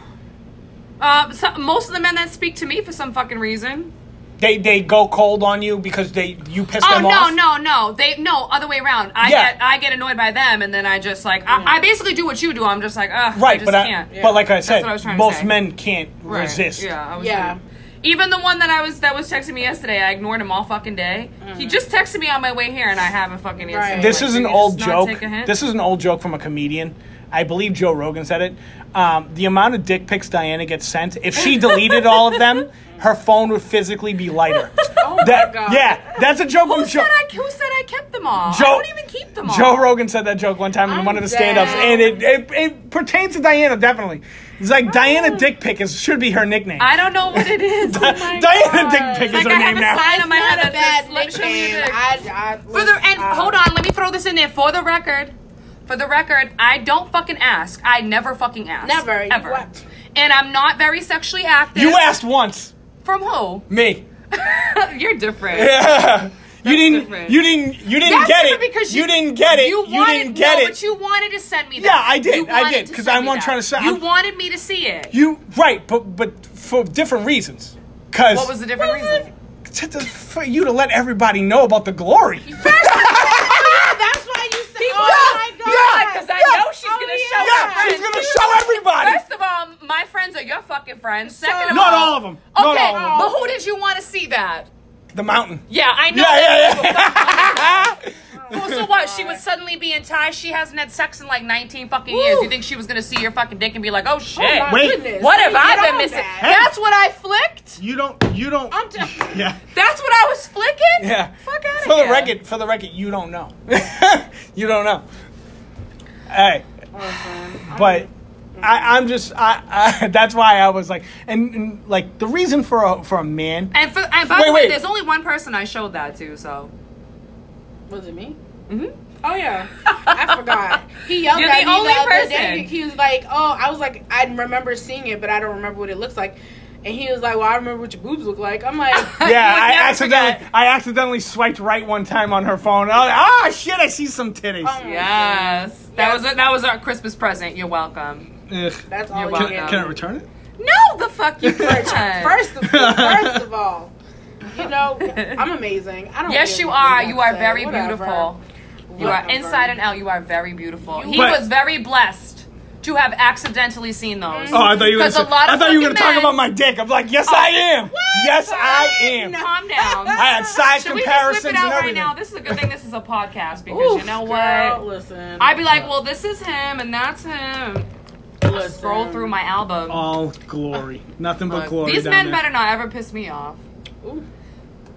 [SPEAKER 3] uh, so, most of the men that speak to me for some fucking reason,
[SPEAKER 1] They they go cold on you because they you piss
[SPEAKER 3] Oh
[SPEAKER 1] them
[SPEAKER 3] no
[SPEAKER 1] off.
[SPEAKER 3] no no! They no other way around. I
[SPEAKER 1] Yeah.
[SPEAKER 3] get I get annoyed by them, and then I just like I, I basically do what you do. I'm just like ugh, I
[SPEAKER 1] Right,
[SPEAKER 3] just
[SPEAKER 1] but I,
[SPEAKER 3] can't.
[SPEAKER 1] but like I said,
[SPEAKER 3] what I was trying to
[SPEAKER 1] most
[SPEAKER 3] say.
[SPEAKER 1] men can't
[SPEAKER 3] Right.
[SPEAKER 1] resist.
[SPEAKER 3] Yeah, I was
[SPEAKER 2] Yeah.
[SPEAKER 3] gonna- Even the one that I was that was texting me yesterday, I ignored him all fucking day. He just texted me on my way here, and I haven't fucking answered.
[SPEAKER 2] Mm. Right.
[SPEAKER 3] him.
[SPEAKER 1] This
[SPEAKER 3] Like,
[SPEAKER 1] is
[SPEAKER 3] can
[SPEAKER 1] an
[SPEAKER 3] you just
[SPEAKER 1] old
[SPEAKER 3] not
[SPEAKER 1] joke.
[SPEAKER 3] take a hint?
[SPEAKER 1] This is an old joke from a comedian. I believe Joe Rogan said it. Um, the amount of dick pics Diana gets sent, if
[SPEAKER 3] (laughs)
[SPEAKER 1] she deleted all of them, her phone would physically be lighter.
[SPEAKER 3] Oh my
[SPEAKER 1] That-
[SPEAKER 3] God.
[SPEAKER 1] Yeah, that's a joke
[SPEAKER 3] Who
[SPEAKER 1] from
[SPEAKER 3] said
[SPEAKER 1] Joe.
[SPEAKER 3] I? Who said I kept them all?
[SPEAKER 1] Joe-
[SPEAKER 3] I don't even keep them all.
[SPEAKER 1] Joe Rogan said that joke one time in
[SPEAKER 2] I'm
[SPEAKER 1] one of his stand ups,
[SPEAKER 2] down.
[SPEAKER 1] and it, it, it pertains to Diana, definitely. It's like Diana Dick Pic is, should be her nickname. Uh,
[SPEAKER 3] I oh don't know what
[SPEAKER 1] (laughs)
[SPEAKER 3] it is.
[SPEAKER 2] my
[SPEAKER 1] Diana
[SPEAKER 2] God.
[SPEAKER 1] Dick Pic
[SPEAKER 2] It's
[SPEAKER 1] is
[SPEAKER 3] like
[SPEAKER 1] her
[SPEAKER 3] I
[SPEAKER 1] name
[SPEAKER 3] have a
[SPEAKER 1] now.
[SPEAKER 3] sign on my
[SPEAKER 2] Not
[SPEAKER 3] head
[SPEAKER 2] a bad
[SPEAKER 3] that says, "Let me show you
[SPEAKER 2] nickname.
[SPEAKER 3] your dick."
[SPEAKER 2] I, I
[SPEAKER 3] (laughs) For
[SPEAKER 2] was,
[SPEAKER 3] the and
[SPEAKER 2] uh,
[SPEAKER 3] hold on, let me throw this in there. For the record, for the record, I don't fucking ask. I never fucking ask.
[SPEAKER 2] Never. You
[SPEAKER 3] ever.
[SPEAKER 2] what?
[SPEAKER 3] And I'm not very sexually active.
[SPEAKER 1] You asked once.
[SPEAKER 3] from who? (laughs)
[SPEAKER 1] Me. (laughs)
[SPEAKER 3] You're different.
[SPEAKER 1] you didn't.
[SPEAKER 3] different.
[SPEAKER 1] You didn't. You didn't
[SPEAKER 3] That's
[SPEAKER 1] get it
[SPEAKER 3] different because you,
[SPEAKER 1] didn't get it. You,
[SPEAKER 3] wanted,
[SPEAKER 1] didn't get
[SPEAKER 3] no,
[SPEAKER 1] it.
[SPEAKER 3] But you wanted to send me that.
[SPEAKER 1] Yeah, I did.
[SPEAKER 3] You
[SPEAKER 1] I
[SPEAKER 3] wanted
[SPEAKER 1] did,
[SPEAKER 3] to
[SPEAKER 1] 'cause
[SPEAKER 3] send
[SPEAKER 1] I'm
[SPEAKER 3] me
[SPEAKER 1] one
[SPEAKER 3] that.
[SPEAKER 1] trying to say-
[SPEAKER 3] You
[SPEAKER 1] I'm-
[SPEAKER 3] wanted me to see it.
[SPEAKER 1] You right, but but for different reasons. Cause
[SPEAKER 3] what was the different reason?
[SPEAKER 1] To, to, for you to let everybody know about the glory.
[SPEAKER 2] That's why you said.
[SPEAKER 3] He
[SPEAKER 2] oh
[SPEAKER 3] was.
[SPEAKER 2] my God.
[SPEAKER 1] Yeah,
[SPEAKER 3] Because I
[SPEAKER 1] yeah.
[SPEAKER 3] know she's gonna
[SPEAKER 2] yeah.
[SPEAKER 3] show her
[SPEAKER 1] yeah,
[SPEAKER 3] friends.
[SPEAKER 1] she's gonna show everybody.
[SPEAKER 3] First of all, my friends are your fucking friends. Second of
[SPEAKER 1] Not
[SPEAKER 3] all,
[SPEAKER 1] all of 'em. Not
[SPEAKER 3] okay,
[SPEAKER 1] all
[SPEAKER 3] uh,
[SPEAKER 1] of 'em.
[SPEAKER 3] but who did you want to see that?
[SPEAKER 1] The mountain.
[SPEAKER 3] Yeah, I
[SPEAKER 1] Yeah,
[SPEAKER 3] know. that
[SPEAKER 1] yeah, yeah.
[SPEAKER 3] people- So what? She would suddenly be in tie. She hasn't had sex in like 19 fucking years. You think she was gonna see your fucking dick and be like, oh shit?
[SPEAKER 2] my
[SPEAKER 1] Wait.
[SPEAKER 2] goodness.
[SPEAKER 3] what have
[SPEAKER 2] Let me get
[SPEAKER 3] I been
[SPEAKER 2] on
[SPEAKER 3] missing?
[SPEAKER 2] that.
[SPEAKER 3] That's what I flicked.
[SPEAKER 1] (laughs) you don't. You don't.
[SPEAKER 2] I'm t-
[SPEAKER 1] (laughs) yeah.
[SPEAKER 3] That's what I was flicking.
[SPEAKER 1] Yeah.
[SPEAKER 3] Fuck out of
[SPEAKER 1] For
[SPEAKER 3] here.
[SPEAKER 1] the record, for the record, you don't know. (laughs) you don't know. Hey, but I, I'm just I, (laughs) I. That's why I was like, and, and like the reason for a, for a man.
[SPEAKER 3] And, for, and by
[SPEAKER 1] Wait,
[SPEAKER 3] the way,
[SPEAKER 1] wait.
[SPEAKER 3] there's only one person I showed that to, so.
[SPEAKER 2] Was it me? Mm-hmm. Oh (laughs) yeah, I forgot. He yelled
[SPEAKER 3] You're
[SPEAKER 2] at
[SPEAKER 3] the
[SPEAKER 2] me
[SPEAKER 3] only
[SPEAKER 2] the other day.
[SPEAKER 3] person.
[SPEAKER 2] He was like, "Oh, I was like, I remember seeing it, but I don't remember what it looks like." And he was like, "Well, I remember what your boobs look like." I'm
[SPEAKER 3] (laughs)
[SPEAKER 2] like,
[SPEAKER 3] (laughs) You
[SPEAKER 1] Yeah,
[SPEAKER 3] would
[SPEAKER 1] I
[SPEAKER 3] never
[SPEAKER 1] accidentally
[SPEAKER 3] forget.
[SPEAKER 1] I accidentally swiped right one time on her phone. I was like, Ah, shit! I see some titties.
[SPEAKER 2] Oh.
[SPEAKER 3] Um, Yes. That
[SPEAKER 2] Yeah.
[SPEAKER 3] was a, that was our Christmas present. You're welcome.
[SPEAKER 1] Ugh.
[SPEAKER 2] "That's
[SPEAKER 3] You're
[SPEAKER 2] all you
[SPEAKER 3] welcome.
[SPEAKER 2] get."
[SPEAKER 1] Can I return it?
[SPEAKER 3] No, the
[SPEAKER 2] (laughs)
[SPEAKER 3] fuck you can.
[SPEAKER 2] First of, first of all, you
[SPEAKER 3] (laughs)
[SPEAKER 2] know, I'm amazing. I don't.
[SPEAKER 3] Yes,
[SPEAKER 2] give
[SPEAKER 3] you
[SPEAKER 2] a fuck
[SPEAKER 3] are.
[SPEAKER 2] what
[SPEAKER 3] You are
[SPEAKER 2] say.
[SPEAKER 3] very
[SPEAKER 2] Whatever.
[SPEAKER 3] beautiful. You are
[SPEAKER 2] Whatever.
[SPEAKER 3] inside and out. You are very beautiful. He
[SPEAKER 1] But-
[SPEAKER 3] was very blessed to have accidentally seen
[SPEAKER 2] Mm-hmm.
[SPEAKER 3] those.
[SPEAKER 1] Oh, I thought you were. Gonna
[SPEAKER 3] 'Cause a
[SPEAKER 1] say,
[SPEAKER 3] lot
[SPEAKER 1] I
[SPEAKER 3] of
[SPEAKER 1] thought you were
[SPEAKER 3] fucking
[SPEAKER 1] gonna talk
[SPEAKER 3] men- Oh.
[SPEAKER 1] about my dick. I'm like, yes, I am. Yes, I am.
[SPEAKER 3] Calm
[SPEAKER 1] (laughs)
[SPEAKER 3] down.
[SPEAKER 1] I had size
[SPEAKER 3] Should we just
[SPEAKER 1] comparisons
[SPEAKER 3] whip
[SPEAKER 1] and
[SPEAKER 3] it out right
[SPEAKER 1] everything.
[SPEAKER 3] now? This is a good thing. This is a podcast because
[SPEAKER 2] Oof,
[SPEAKER 3] you know what?
[SPEAKER 2] Girl, listen.
[SPEAKER 3] I'd be like, well, this is him and that's him.
[SPEAKER 2] listen.
[SPEAKER 3] Scroll through my album.
[SPEAKER 1] All glory, nothing but glory.
[SPEAKER 3] Uh, These
[SPEAKER 1] down
[SPEAKER 3] men
[SPEAKER 1] there.
[SPEAKER 3] better not ever piss me off.
[SPEAKER 2] Ooh.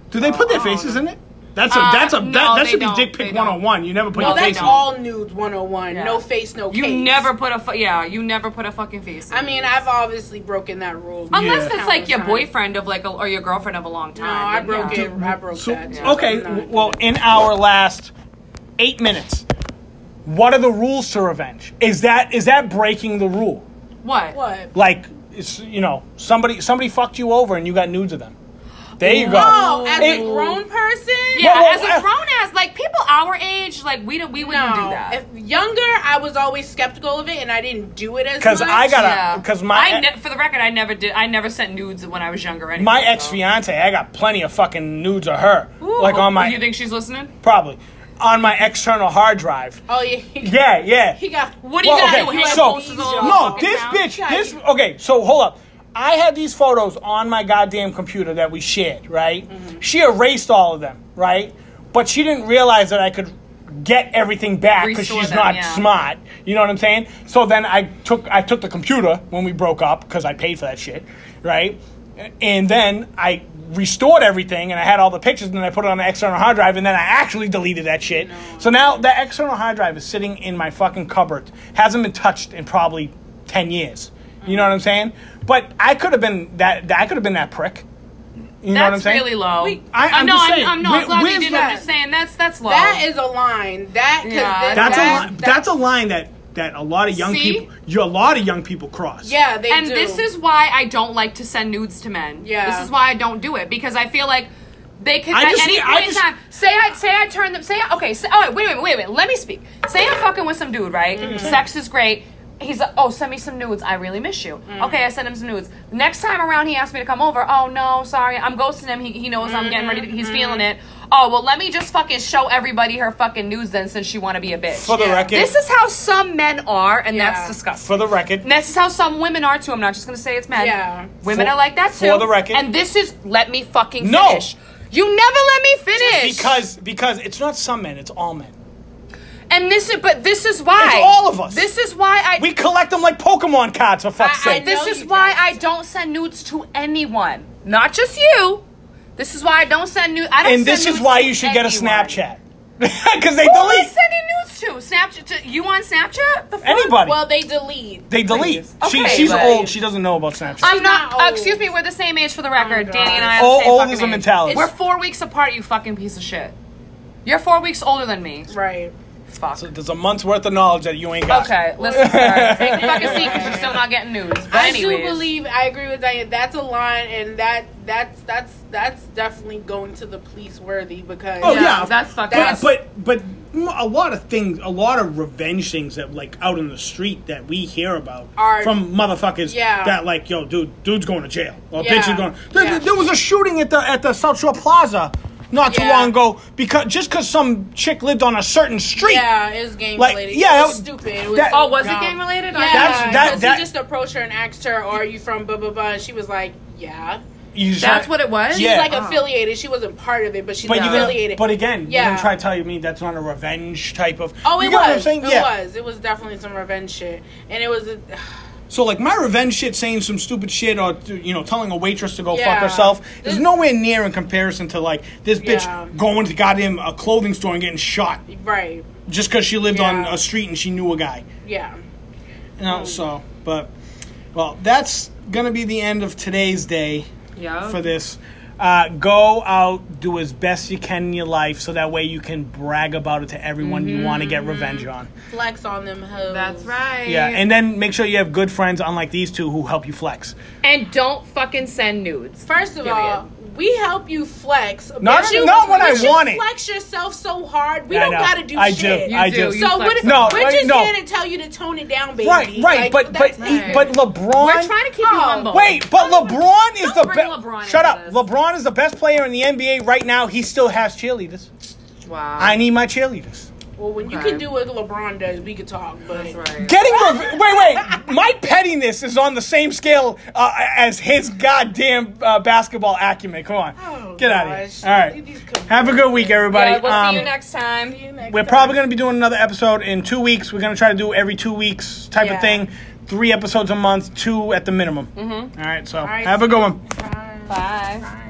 [SPEAKER 1] Do they put their faces in it? That's a
[SPEAKER 3] Oh. Uh,
[SPEAKER 1] that's a that,
[SPEAKER 3] no,
[SPEAKER 1] that
[SPEAKER 3] they
[SPEAKER 1] should be
[SPEAKER 3] don't.
[SPEAKER 1] dick
[SPEAKER 3] They
[SPEAKER 1] pic
[SPEAKER 3] don't.
[SPEAKER 1] one on one. You never put
[SPEAKER 3] No,
[SPEAKER 2] Well,
[SPEAKER 1] your
[SPEAKER 3] they
[SPEAKER 1] face
[SPEAKER 2] that's
[SPEAKER 1] in.
[SPEAKER 3] don't.
[SPEAKER 1] it.
[SPEAKER 2] all nudes 101.
[SPEAKER 3] Yeah.
[SPEAKER 2] No face, no
[SPEAKER 3] You
[SPEAKER 2] case.
[SPEAKER 3] never put a fu- yeah. You never put a fucking face. in
[SPEAKER 2] I mean,
[SPEAKER 3] these.
[SPEAKER 2] I've obviously broken that rule.
[SPEAKER 3] unless
[SPEAKER 1] Yeah.
[SPEAKER 3] it's like your
[SPEAKER 2] Countless times.
[SPEAKER 3] boyfriend of like a, or your girlfriend of a long
[SPEAKER 2] No,
[SPEAKER 3] time.
[SPEAKER 2] I
[SPEAKER 3] but
[SPEAKER 2] broke
[SPEAKER 3] yeah.
[SPEAKER 2] it. I broke
[SPEAKER 1] So,
[SPEAKER 2] that.
[SPEAKER 1] okay,
[SPEAKER 2] I'm not-
[SPEAKER 1] well, in our last eight minutes, what are the rules to revenge? Is that is that breaking the rule?
[SPEAKER 3] What?
[SPEAKER 2] what?
[SPEAKER 1] Like, it's, you know, somebody somebody fucked you over and you got nudes of them. There you go.
[SPEAKER 2] Oh, as
[SPEAKER 1] It-
[SPEAKER 2] a grown person?
[SPEAKER 3] Yeah,
[SPEAKER 1] Whoa, whoa,
[SPEAKER 3] as
[SPEAKER 1] whoa.
[SPEAKER 3] a grown ass, like people our age, like we don't, we wouldn't do
[SPEAKER 2] No.
[SPEAKER 3] that.
[SPEAKER 2] If younger, I was always skeptical of it, and I didn't do it as much.
[SPEAKER 1] Because I got
[SPEAKER 3] yeah,
[SPEAKER 1] a because my
[SPEAKER 3] I ne- for the record, I never did. I never sent nudes when I was younger. Anyway,
[SPEAKER 1] my
[SPEAKER 3] so.
[SPEAKER 1] ex fiance, I got plenty of fucking nudes of her.
[SPEAKER 3] Ooh,
[SPEAKER 1] like on my
[SPEAKER 3] Oh, You think she's listening?
[SPEAKER 1] probably on my external hard drive.
[SPEAKER 2] Oh yeah. (laughs)
[SPEAKER 1] Yeah, yeah.
[SPEAKER 2] He got.
[SPEAKER 3] What are you
[SPEAKER 1] Well,
[SPEAKER 3] gonna
[SPEAKER 1] okay,
[SPEAKER 3] do? Hang
[SPEAKER 1] so-
[SPEAKER 3] posters all over
[SPEAKER 1] No,
[SPEAKER 3] fucking
[SPEAKER 1] this
[SPEAKER 3] town?
[SPEAKER 1] bitch,
[SPEAKER 2] Yeah,
[SPEAKER 1] this
[SPEAKER 2] you-
[SPEAKER 1] okay. So hold up. I had these photos on my goddamn computer that we shared, right?
[SPEAKER 3] Mm-hmm.
[SPEAKER 1] She erased all of them, right? But she didn't realize that I could get everything back because
[SPEAKER 3] Restore
[SPEAKER 1] she's
[SPEAKER 3] them,
[SPEAKER 1] not
[SPEAKER 3] yeah.
[SPEAKER 1] smart. You know what I'm saying? So then I took I took the computer when we broke up because I paid for that shit, right? And then I restored everything and I had all the pictures and then I put it on an external hard drive and then I actually deleted that shit. So now that external hard drive is sitting in my fucking cupboard. Hasn't been touched in probably 10 years. You know what I'm saying? But I could have been that I could have been that prick. You know what I'm
[SPEAKER 3] That's
[SPEAKER 1] saying?
[SPEAKER 3] really low.
[SPEAKER 2] We-
[SPEAKER 1] I-
[SPEAKER 3] Uh,
[SPEAKER 1] I'm
[SPEAKER 3] no,
[SPEAKER 1] just saying,
[SPEAKER 3] I'm, I'm, no,
[SPEAKER 1] wh-
[SPEAKER 3] I'm glad
[SPEAKER 1] where's
[SPEAKER 3] you didn't.
[SPEAKER 2] that?
[SPEAKER 3] I'm just saying that's that's low.
[SPEAKER 2] That is a line. That. 'cause
[SPEAKER 3] Yeah.
[SPEAKER 2] that-
[SPEAKER 1] That's
[SPEAKER 2] that-
[SPEAKER 1] a line that's a line that that a lot of young
[SPEAKER 3] See?
[SPEAKER 1] people you a lot of young people cross.
[SPEAKER 2] Yeah, they
[SPEAKER 3] and
[SPEAKER 2] do.
[SPEAKER 3] this is why I don't like to send nudes to men.
[SPEAKER 2] Yeah.
[SPEAKER 3] This is why I don't do it because I feel like they could
[SPEAKER 1] I
[SPEAKER 3] at
[SPEAKER 1] just
[SPEAKER 3] any
[SPEAKER 1] need- I
[SPEAKER 3] point in
[SPEAKER 1] just-
[SPEAKER 3] time say I say I turn
[SPEAKER 2] Mm-hmm.
[SPEAKER 3] them say I, okay say, oh wait wait wait wait let me speak say I'm fucking with some dude right sex is great he's like, oh, send me some nudes. I really miss you.
[SPEAKER 2] Mm.
[SPEAKER 3] Okay, I sent him some nudes. Next time around, he asked me to come over. Oh no, sorry, I'm ghosting him. He, he knows I'm getting ready. To, he's
[SPEAKER 2] Mm-hmm.
[SPEAKER 3] feeling it. Oh well, let me just fucking show everybody her fucking nudes then, since she want to be a bitch.
[SPEAKER 1] For the
[SPEAKER 2] Yeah.
[SPEAKER 1] record,
[SPEAKER 3] This is how some men are, and
[SPEAKER 2] Yeah.
[SPEAKER 3] that's disgusting.
[SPEAKER 1] for the record,
[SPEAKER 3] And this is how some women are too. I'm not just gonna say it's men.
[SPEAKER 2] Yeah.
[SPEAKER 3] Women
[SPEAKER 1] For-
[SPEAKER 3] are like that too.
[SPEAKER 1] for the record-
[SPEAKER 3] And this is let me fucking
[SPEAKER 1] No.
[SPEAKER 3] finish. You never let me finish.
[SPEAKER 1] because because it's not some men, it's all men.
[SPEAKER 3] And this is but this is why
[SPEAKER 1] It's all of us.
[SPEAKER 3] This is why I
[SPEAKER 1] We collect them like Pokemon cards for fuck's
[SPEAKER 2] I- I
[SPEAKER 1] sake.
[SPEAKER 3] this
[SPEAKER 2] know
[SPEAKER 3] is
[SPEAKER 2] you
[SPEAKER 3] why
[SPEAKER 2] guys.
[SPEAKER 3] I don't send nudes to anyone. Not just you. This is why I don't send nudes. I don't
[SPEAKER 1] and
[SPEAKER 3] send
[SPEAKER 1] this is
[SPEAKER 3] nudes
[SPEAKER 1] why
[SPEAKER 3] to
[SPEAKER 1] you should get a
[SPEAKER 3] anyone.
[SPEAKER 1] Snapchat (laughs) because they
[SPEAKER 3] Who am I
[SPEAKER 1] delete.
[SPEAKER 3] sending nudes to? Snapchat to, you on Snapchat? The fuck?
[SPEAKER 1] Anybody.
[SPEAKER 2] Well, they delete.
[SPEAKER 1] They delete.
[SPEAKER 3] Okay,
[SPEAKER 1] she, she's
[SPEAKER 3] but-
[SPEAKER 1] old. She doesn't know about Snapchat.
[SPEAKER 3] I'm not.
[SPEAKER 2] not
[SPEAKER 3] uh,
[SPEAKER 2] old.
[SPEAKER 3] excuse me. We're the same age for the record. Danny and I are
[SPEAKER 1] Oh,
[SPEAKER 3] the same
[SPEAKER 1] old
[SPEAKER 3] fucking
[SPEAKER 1] is a
[SPEAKER 3] age.
[SPEAKER 1] mentality.
[SPEAKER 3] We're four weeks apart. You fucking piece of shit. You're four weeks older than me.
[SPEAKER 2] Right.
[SPEAKER 3] Fuck.
[SPEAKER 1] So there's a month's worth of knowledge that you ain't got.
[SPEAKER 3] Okay, listen, sir. Take the fucking seat because you're still not getting news. But
[SPEAKER 2] I
[SPEAKER 3] anyways,
[SPEAKER 2] do believe I agree with Diane. That's a line, and that that's that's that's definitely going to the police worthy because
[SPEAKER 1] Oh,
[SPEAKER 3] Yeah,
[SPEAKER 1] yeah,
[SPEAKER 3] that's fucking.
[SPEAKER 2] that's-
[SPEAKER 3] up.
[SPEAKER 1] But but m- a lot of things, a lot of revenge things that like out in the street that we hear about
[SPEAKER 2] Are-
[SPEAKER 1] from motherfuckers
[SPEAKER 2] Yeah.
[SPEAKER 1] that like yo dude dude's going to jail or
[SPEAKER 2] Yeah.
[SPEAKER 1] bitch is going. There,
[SPEAKER 2] Yeah.
[SPEAKER 1] there was a shooting at the at the South Shore Plaza not too
[SPEAKER 2] Yeah.
[SPEAKER 1] long ago because just because some chick lived on a certain street.
[SPEAKER 2] yeah, it was game
[SPEAKER 1] Like,
[SPEAKER 2] related.
[SPEAKER 1] yeah,
[SPEAKER 2] it was
[SPEAKER 1] that-
[SPEAKER 2] stupid. It was
[SPEAKER 1] that-
[SPEAKER 3] oh, was it
[SPEAKER 2] dumb.
[SPEAKER 3] gang related?
[SPEAKER 2] Yeah,
[SPEAKER 3] I-
[SPEAKER 1] That's- that-
[SPEAKER 2] because
[SPEAKER 1] that-
[SPEAKER 2] he just approached her and asked her, "Are you from blah blah blah?" And she was like, "Yeah."
[SPEAKER 1] You
[SPEAKER 3] that's
[SPEAKER 1] said-
[SPEAKER 3] what it was.
[SPEAKER 1] Yeah.
[SPEAKER 2] She's like
[SPEAKER 1] Oh.
[SPEAKER 2] affiliated. She wasn't part of it, but she's
[SPEAKER 1] But you
[SPEAKER 2] affiliated.
[SPEAKER 1] didn't, but again, you
[SPEAKER 2] Yeah.
[SPEAKER 1] didn't try to tell me that's not a revenge type of.
[SPEAKER 2] oh,
[SPEAKER 1] you
[SPEAKER 2] it
[SPEAKER 1] get what I'm
[SPEAKER 2] was.
[SPEAKER 1] saying?
[SPEAKER 2] It
[SPEAKER 1] yeah.
[SPEAKER 2] was. It was definitely some revenge shit, and it was. (sighs) A,
[SPEAKER 1] So like my revenge shit, saying some stupid shit, or you know, telling a waitress to go
[SPEAKER 2] Yeah.
[SPEAKER 1] fuck herself, is
[SPEAKER 2] This-
[SPEAKER 1] nowhere near in comparison to like this bitch
[SPEAKER 2] Yeah.
[SPEAKER 1] going to goddamn a clothing store and getting shot
[SPEAKER 2] right.
[SPEAKER 1] just because she lived on
[SPEAKER 2] Yeah. Mm.
[SPEAKER 1] a street and she knew a guy.
[SPEAKER 2] Yeah.
[SPEAKER 1] You know, so but well, that's gonna be the end of today's day
[SPEAKER 3] Yeah.
[SPEAKER 1] for this. Uh, go out, do as best you can in your life, so that way you can brag about it to everyone you
[SPEAKER 2] Mm-hmm,
[SPEAKER 1] want to get revenge on.
[SPEAKER 2] Flex on them hoes.
[SPEAKER 3] That's right.
[SPEAKER 1] Yeah, and then make sure you have good friends, unlike these two who help you flex.
[SPEAKER 3] and don't fucking send nudes.
[SPEAKER 2] First of
[SPEAKER 3] Period.
[SPEAKER 2] all, we help you flex.
[SPEAKER 1] Not-
[SPEAKER 2] but you,
[SPEAKER 1] not when
[SPEAKER 2] but
[SPEAKER 1] I
[SPEAKER 2] you
[SPEAKER 1] want it.
[SPEAKER 2] Flex yourself so hard. We
[SPEAKER 1] Yeah, I
[SPEAKER 2] don't
[SPEAKER 1] know.
[SPEAKER 2] gotta do
[SPEAKER 1] I do.
[SPEAKER 2] shit.
[SPEAKER 1] I do.
[SPEAKER 3] You
[SPEAKER 2] So
[SPEAKER 3] flex
[SPEAKER 2] what,
[SPEAKER 1] No,
[SPEAKER 2] we're
[SPEAKER 1] right,
[SPEAKER 2] just
[SPEAKER 1] no.
[SPEAKER 2] here to tell you to tone it down, baby.
[SPEAKER 1] Right, right,
[SPEAKER 2] Like,
[SPEAKER 1] but but
[SPEAKER 2] that's
[SPEAKER 1] he-
[SPEAKER 2] not-
[SPEAKER 1] but LeBron.
[SPEAKER 3] We're trying to keep you
[SPEAKER 2] Oh.
[SPEAKER 3] humble.
[SPEAKER 1] Wait, but LeBron is
[SPEAKER 3] don't
[SPEAKER 1] the
[SPEAKER 3] bring
[SPEAKER 1] best.
[SPEAKER 3] LeBron into
[SPEAKER 1] Shut up.
[SPEAKER 3] this.
[SPEAKER 1] LeBron is the best player in the NBA right now. He still has cheerleaders.
[SPEAKER 3] Wow.
[SPEAKER 1] I need my cheerleaders.
[SPEAKER 2] well, when you
[SPEAKER 3] Okay.
[SPEAKER 2] can do what LeBron does, we can talk. But
[SPEAKER 3] That's right.
[SPEAKER 1] Getting rev- wait, wait. My pettiness is on the same scale uh, as his goddamn uh, basketball acumen. Come on,
[SPEAKER 2] Oh,
[SPEAKER 1] get out of
[SPEAKER 2] gosh.
[SPEAKER 1] here. All right,
[SPEAKER 2] These computers.
[SPEAKER 1] have a good week, everybody.
[SPEAKER 3] Yeah, we'll
[SPEAKER 1] Um,
[SPEAKER 3] see you next time.
[SPEAKER 2] See you next
[SPEAKER 1] We're
[SPEAKER 2] time.
[SPEAKER 1] probably going to be doing another episode in two weeks. We're going to try to do every two weeks type
[SPEAKER 2] Yeah.
[SPEAKER 1] of thing. Three episodes a month, two at the minimum. Mm-hmm. All right, so
[SPEAKER 2] right,
[SPEAKER 1] have a
[SPEAKER 2] see
[SPEAKER 1] good
[SPEAKER 2] you.
[SPEAKER 1] one.
[SPEAKER 2] Bye.
[SPEAKER 3] Bye.